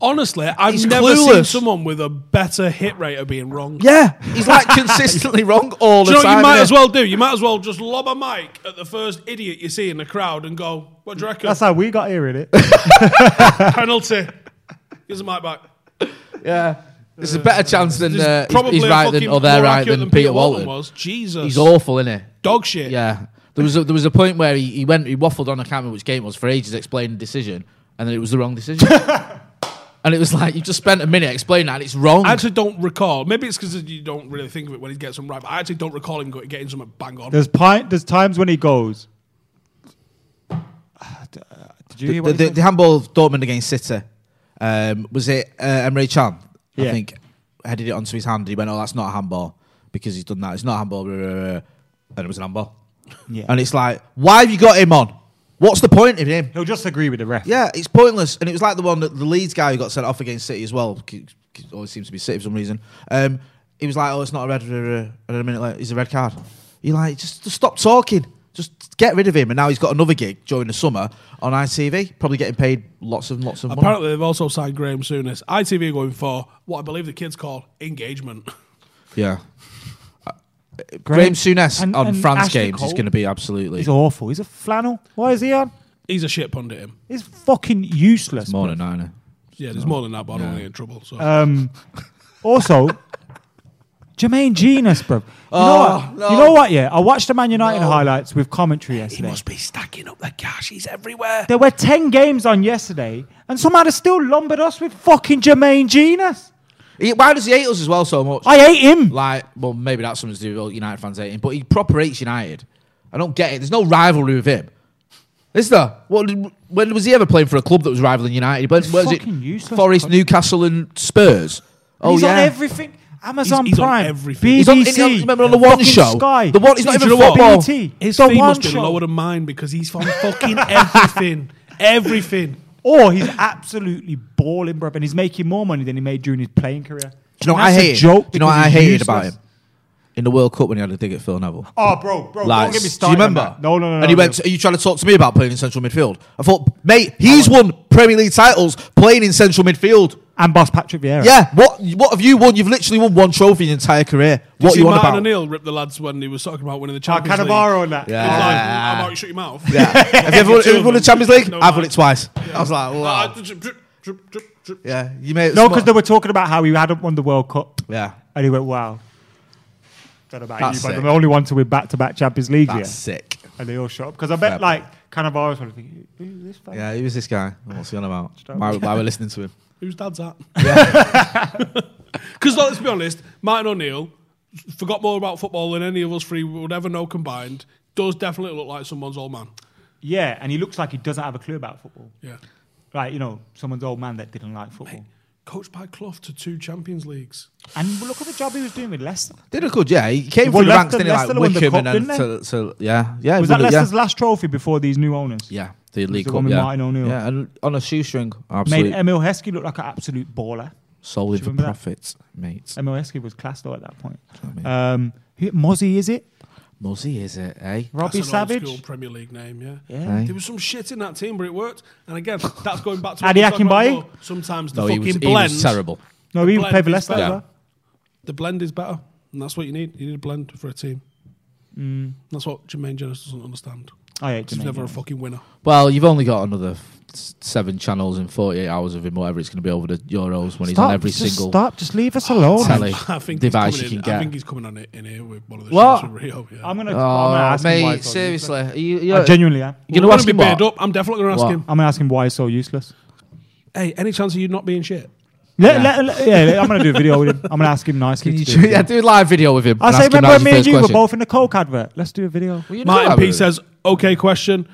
C: Honestly, I've
D: He's
C: never seen
D: clueless.
C: someone with a better hit rate of being wrong.
D: Yeah, he's <laughs> like consistently wrong all
C: Do you know
D: the
C: what
D: time.
C: you might
D: innit?
C: as well do? You might as well just lob a mic at the first idiot you see in the crowd and go, "What do you reckon?
E: That's how we got here, innit? <laughs>
C: penalty." Here's the mic back.
D: Yeah, there's a better chance than
C: There's
D: uh, he's-
C: probably
D: he's
C: a
D: right than
C: fucking
D: or they're
C: more
D: right
C: accurate
D: than, Peter
C: Walton
D: Walton.
C: was. Jesus,
D: He's awful, isn't he?
C: dog shit.
D: Yeah. There was a, there was a point where he, he went he waffled on a camera which game it was for ages explaining the decision and then it was the wrong <laughs> decision. and it was like you just spent a minute explaining that and it's wrong.
C: I actually don't recall. Maybe it's because you don't really think of it when he gets them right. But I actually don't recall him go- getting something bang on.
E: There's pint. There's times when he goes. Did you
D: the,
E: hear what
D: the, the handball of Dortmund against City um, was it uh, Emre Chan? I
E: Yeah.
D: think headed it onto his hand. He went, "Oh, that's not a handball because he's done that. It's not a handball." Blah, blah, blah. And it was an handball.
E: Yeah.
D: And it's like, why have you got him on? What's the point of him?
E: He'll just agree with the ref.
D: Yeah, it's pointless. And it was like the one that the Leeds guy who got sent off against City as well. c- c- Always seems to be City for some reason. Um, he was like, "Oh, it's not a red." blah, blah, blah," And then a minute later, it's a red card. You like just, just stop talking. Just get rid of him. And now he's got another gig during the summer on ITV, probably getting paid lots and lots of money.
C: Apparently, they've also signed Graham Souness. ITV are going for what I believe the kids call engagement.
D: yeah. Graham
E: Graham-
D: Souness
E: and-
D: on
E: and
D: France
E: Ashley
D: games is
E: Cole.
D: going to be absolutely
E: He's awful. He's a flannel. Why is he on?
C: He's a shit pundit. Him.
E: He's fucking useless.
D: more than nine.
C: Yeah, there's more than that, but I don't want to get in trouble. So
E: Um, also, Jermaine Genius, bro. You,
D: Oh,
E: know what?
D: no.
E: you know what? Yeah, I watched the Man United highlights with commentary yesterday.
C: be stacking up the cash. He's everywhere.
E: There were ten games on yesterday, and somehow they still lumbered us with fucking Jermaine Genius.
D: He- Why does he hate us as well so much?
E: I hate him.
D: Like, well, maybe that's something to do with all United fans hating, but he proper hates United. I don't get it. There's no rivalry with him. Is there? What, when was he ever playing for a club that was rivaling United? He played-
E: He's
D: what is
E: fucking useless.
D: Forest, Newcastle, and Spurs. Oh
E: he's
D: yeah.
E: on everything. Amazon
C: he's on
E: Prime,
C: everything.
E: BBC,
D: He's on- he's on- remember on the one
E: fucking
D: show?
E: Sky,
D: The one- he's not
E: BBC,
D: even football.
E: BT,
C: His
E: the
C: fee
E: one
C: must be
E: show.
C: lower than mine because he's on fucking <laughs> everything. Everything.
E: Or Oh, he's absolutely balling, bro, and he's making more money than he made during his playing career.
D: Do you know what I
E: That's a
D: hated?
E: Joke
D: Do you know
E: because
D: what I
E: he's
D: hated
E: useless.
D: about him? In the World Cup when he had a dig at Phil Neville.
E: Oh, bro, bro,
D: Like,
E: don't get me
D: do you
E: started. on
D: remember?
E: that. No, no, no.
D: And
E: no,
D: he
E: no.
D: went. Are you trying to talk to me about playing in central midfield? I thought, mate, he's won Premier League titles playing in central midfield.
E: and boss Patrick
D: <laughs>
E: Vieira.
D: Yeah. What What have you won? You've literally won one trophy in your entire career. What
C: See,
D: you on
C: Martin
D: about?
C: O'Neill ripped the lads when he was talking about winning the Champions League.
E: Oh, Cannavaro and that.
C: He was
D: Yeah.
C: like, how about you shut your mouth?
D: Yeah. <laughs> Have you ever won,
C: Two of
D: ever won the
C: them.
D: Champions League?
C: No,
D: I've won
C: man.
D: it twice. I was like,
C: <laughs> Ah,
D: wow.
C: drip, drip, drip, drip, drip.
D: Yeah, you made it
E: No,
D: smart.
E: because they were talking about how he hadn't won the World Cup,
D: yeah,
E: and he went, "Wow." Don't know about
D: That's
E: you, but
D: sick.
E: I'm the only one to win back-to-back Champions League
D: that's
E: here,
D: sick.
E: and they all shot up because I bet
D: Fair.
E: like Cannavaro's probably thinking, "Who's this fella?"
D: Yeah, who is this guy? What's he on about? Why, why we're listening to him?
C: Whose dad's that? <laughs> Because let's be honest, Martin O'Neill forgot more about football than any of us three would ever know combined. Does definitely look like someone's old man.
E: Yeah, and he looks like he doesn't have a clue about football.
C: Yeah.
E: Like, you know, someone's old man that didn't like football.
C: Coached by Clough to two Champions Leagues.
E: And look at the job he was doing with Leicester.
D: Did a good, yeah. He came
E: Well,
D: through the ranks,
E: Leicester-
D: didn't he? Like
E: Leicester won the
D: Wickham
E: cup,
D: and then
E: didn't
D: to, to, yeah, yeah.
E: Was
D: won
E: that
D: it, yeah.
E: Leicester's last trophy before these new owners?
D: Yeah, the League
E: the
D: Cup.
E: one with
D: yeah.
E: Martin O'Neill.
D: Yeah, and on a shoestring,
E: Made
D: absolutely.
E: Emil Heskey look like an absolute baller.
D: solely
E: Do you
D: for
E: remember that?
D: profit, mate.
E: Emil Heskey was classed though at that point.
D: mean?
E: Um, who, Mozzie, is it?
D: Muzzy, is it, eh?
C: That's
E: Robbie
C: an old school
E: Savage?
C: Premier League name, yeah.
E: Yeah.
C: There was some shit in that team, but it worked. And again, that's going back to
E: Adi
C: what we were talking
E: Akinbaye?
C: about before. Sometimes the
D: No, he
C: fucking
D: was, he
C: blend,
D: was terrible.
E: No, he
C: Blend
E: played for
C: is
E: Leicester.
C: better.
E: as well.
C: the blend is better, and that's what you need. You need a blend for a team. That's what Jermaine Jones doesn't understand.
E: I hate
C: He's
E: Mm. Jermaine
C: never a
E: Jones.
C: fucking winner.
D: Well, you've only got another f- s- seven channels and 48 hours of him, whatever it's going to be over the Euros when he's on every
E: just
D: single.
E: Stop, just leave us alone.
D: Telly.
C: <laughs> I think
D: Device
C: he's coming
D: you
C: in,
D: can
C: I
D: get.
C: think he's coming on it in here with one of the
D: What?
C: shots with Rio. Yeah.
E: I'm going to
D: Oh,
E: ask him why
D: mate,
E: he's so
D: seriously.
E: useless.
D: Are you, you,
E: I genuinely am.
D: you're going
C: We're gonna
D: to ask him
C: be baired
D: what?
C: up. I'm definitely going to ask
D: What?
C: him.
E: I'm going to ask him why he's so useless.
C: Hey, any chance of you not being shit?
E: Let, let, let- yeah, I'm going to do a video with him. I'm going to ask him nicely.
D: Can you
E: to do a
D: do, yeah,
E: video.
D: do a live video with him.
E: I
D: and
E: say,
D: ask him
E: remember when
D: that
E: me
D: was
E: and
D: his
E: you
D: first
E: were
D: question.
E: both in the Coke advert? Let's do a video.
D: Well, you know
C: Martin
D: that,
C: P
D: really.
C: says, "Okay, question."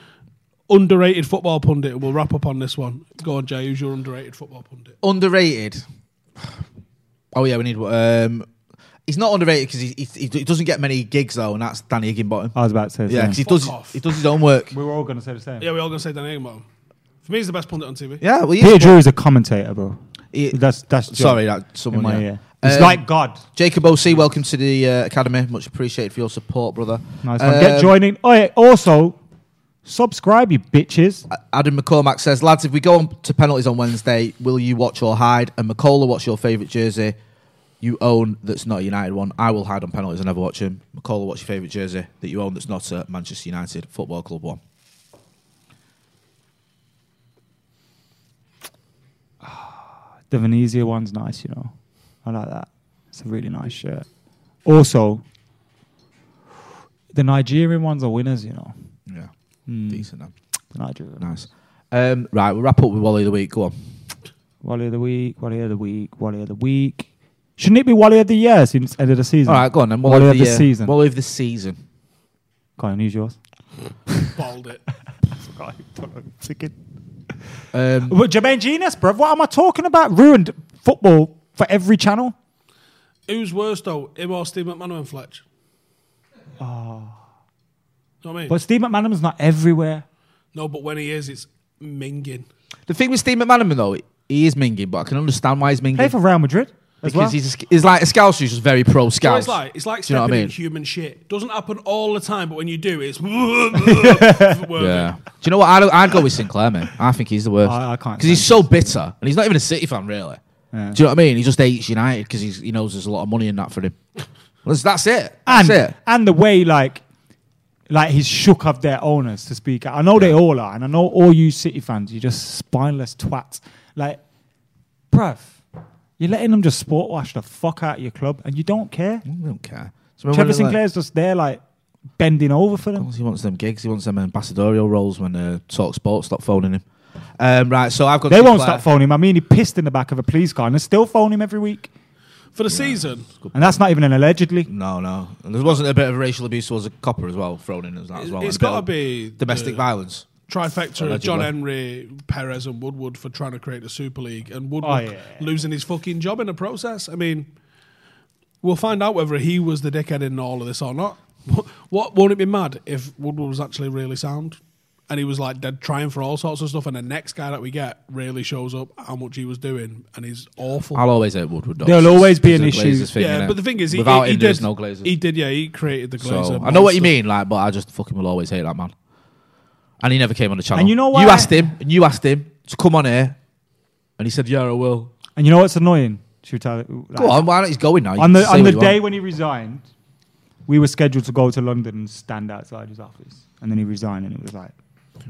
C: Underrated football pundit. We'll wrap up on this one. Go on, Jay. Who's your underrated football pundit?
D: Underrated. Oh, yeah, we need. Um, he's not underrated because he, he, he doesn't get many gigs, though, and that's Danny Higginbottom.
E: I was about to say.
D: yeah, because he
C: Fuck
D: does,
C: off.
D: he does his own work.
E: we were all going to say the same.
C: Yeah, we're all going to say Danny Ings, For me, he's the best pundit on TV.
D: Yeah, well, he is.
E: Peter Drew is a commentator, bro.
D: He-
E: That's that's John
D: Sorry, that someone.
E: in my
D: yeah.
E: ear. It's
D: Um,
E: like God.
D: Jacob OC, welcome to the uh, academy. Much appreciated for your support, brother.
E: Nice one. Get
D: Um,
E: joining. Oh, yeah, also, subscribe, you bitches.
D: Adam McCormack says, lads, if we go on to penalties on Wednesday, will you watch or hide? And McCullough, what's your favourite jersey you own that's not a United one? I will hide on penalties. I never watch them. McCullough, what's your favourite jersey that you own that's not a Manchester United Football Club one?
E: The Venezia one's nice, you know. I like that. It's a really nice shirt. Also, the Nigerian ones are winners, you know.
D: Yeah.
E: Hmm.
D: Decent, man.
E: The Nigerian.
D: Nice. Um, right, we'll wrap up with Wally of the Week. Go on.
E: Hmm. Wally of the week, Wally of the week, Wally of the week. Shouldn't it be Wally of the year since end of the season?
D: All right, go on then.
E: Wally, of the,
D: uh,
E: season.
D: Wally of the season.
E: Go on, use yours.
C: Balled it.
D: Um,
E: <laughs> But Jermaine Genius, bruv, what am I talking about? Ruined football for every channel.
C: Who's worse though, him or Steve McManaman Fletch? Oh. Know what I mean?
E: Ah. But Steve McManaman's not everywhere.
C: no, but when he is, it's minging.
D: the thing with Steve McManaman, though, he is minging, but I can understand why he's minging.
E: Play for Real Madrid as
D: because
E: well.
D: he's, a, sc- he's like a scouser who's just very pro
C: You know
D: scout.
C: what It's like it's like
D: Do you know
C: stepping
D: what I mean?
C: in human shit. Doesn't happen all the time, but when you do,
D: <laughs>
C: it's <laughs> yeah.
D: Yeah. Do you know what? I'd, I'd go with Sinclair, man. I think he's the worst.
E: I- I can't
D: Because he's so bitter, and he's not even a City fan, really. Do you know what I mean? He just hates United because he knows there's a lot of money in that for him. That's, that's it.
E: and
D: That's it.
E: and the way like like he's shook of their owners to speak out. I know they all are, and I know all you City fans, you're just spineless twats. Like, bruv, you're letting them just sport wash the fuck out of your club, and you don't care.
D: I don't care. So Mm. when
E: Trevor
D: they're like-
E: Sinclair's just there, like bending over for them.
D: He wants them gigs. He wants them ambassadorial roles when uh, Talk Sport stop phoning him. Um, right, so I've got.
E: They won't
D: Sinclair.
E: stop phoning him. I mean, he pissed in the back of a police car, and they still phone him every week.
C: for the season.
E: And that's not even an allegedly.
D: No, no. And there wasn't a bit of racial abuse towards a copper as well thrown in as that as well.
C: it's
D: And a bit
C: gotta
D: of
C: be
D: domestic
C: the-
D: violence.
C: Trifecta
D: Allegedly.
C: of John Henry, Perez, and Woodward for trying to create the Super League, and Woodward
E: Oh, yeah.
C: losing his fucking job in the process. I mean, we'll find out whether he was the dickhead in all of this or not. <laughs> What, what won't it be mad if Woodward was actually really sound? And he was like dead trying for all sorts of stuff, and the next guy that we get really shows up how much he was doing, and he's awful.
D: I'll always hate Woodward. dogs.
E: There'll always be
D: It's
E: an
D: a
E: issue.
D: Glazers thing,
C: yeah,
D: innit?
C: but the thing is, he,
D: without
C: he, he
D: him,
C: did,
D: there's no Glazers.
C: He did, yeah. He created the Glazer.
D: So I know what you
C: monster.
D: mean, like, but I just fucking will always hate that man. And he never came on the channel.
E: And you know
D: You
E: what?
D: asked him, and you asked him to come on here, and he said, "Yeah, I will."
E: And you know what's annoying? Should we tell it?
D: Go on, why not? He's going now. You can
E: on the
D: say
E: on
D: what
E: the
D: you
E: day
D: want.
E: when he resigned, we were scheduled to go to London and stand outside his office, and then he resigned, and it was like,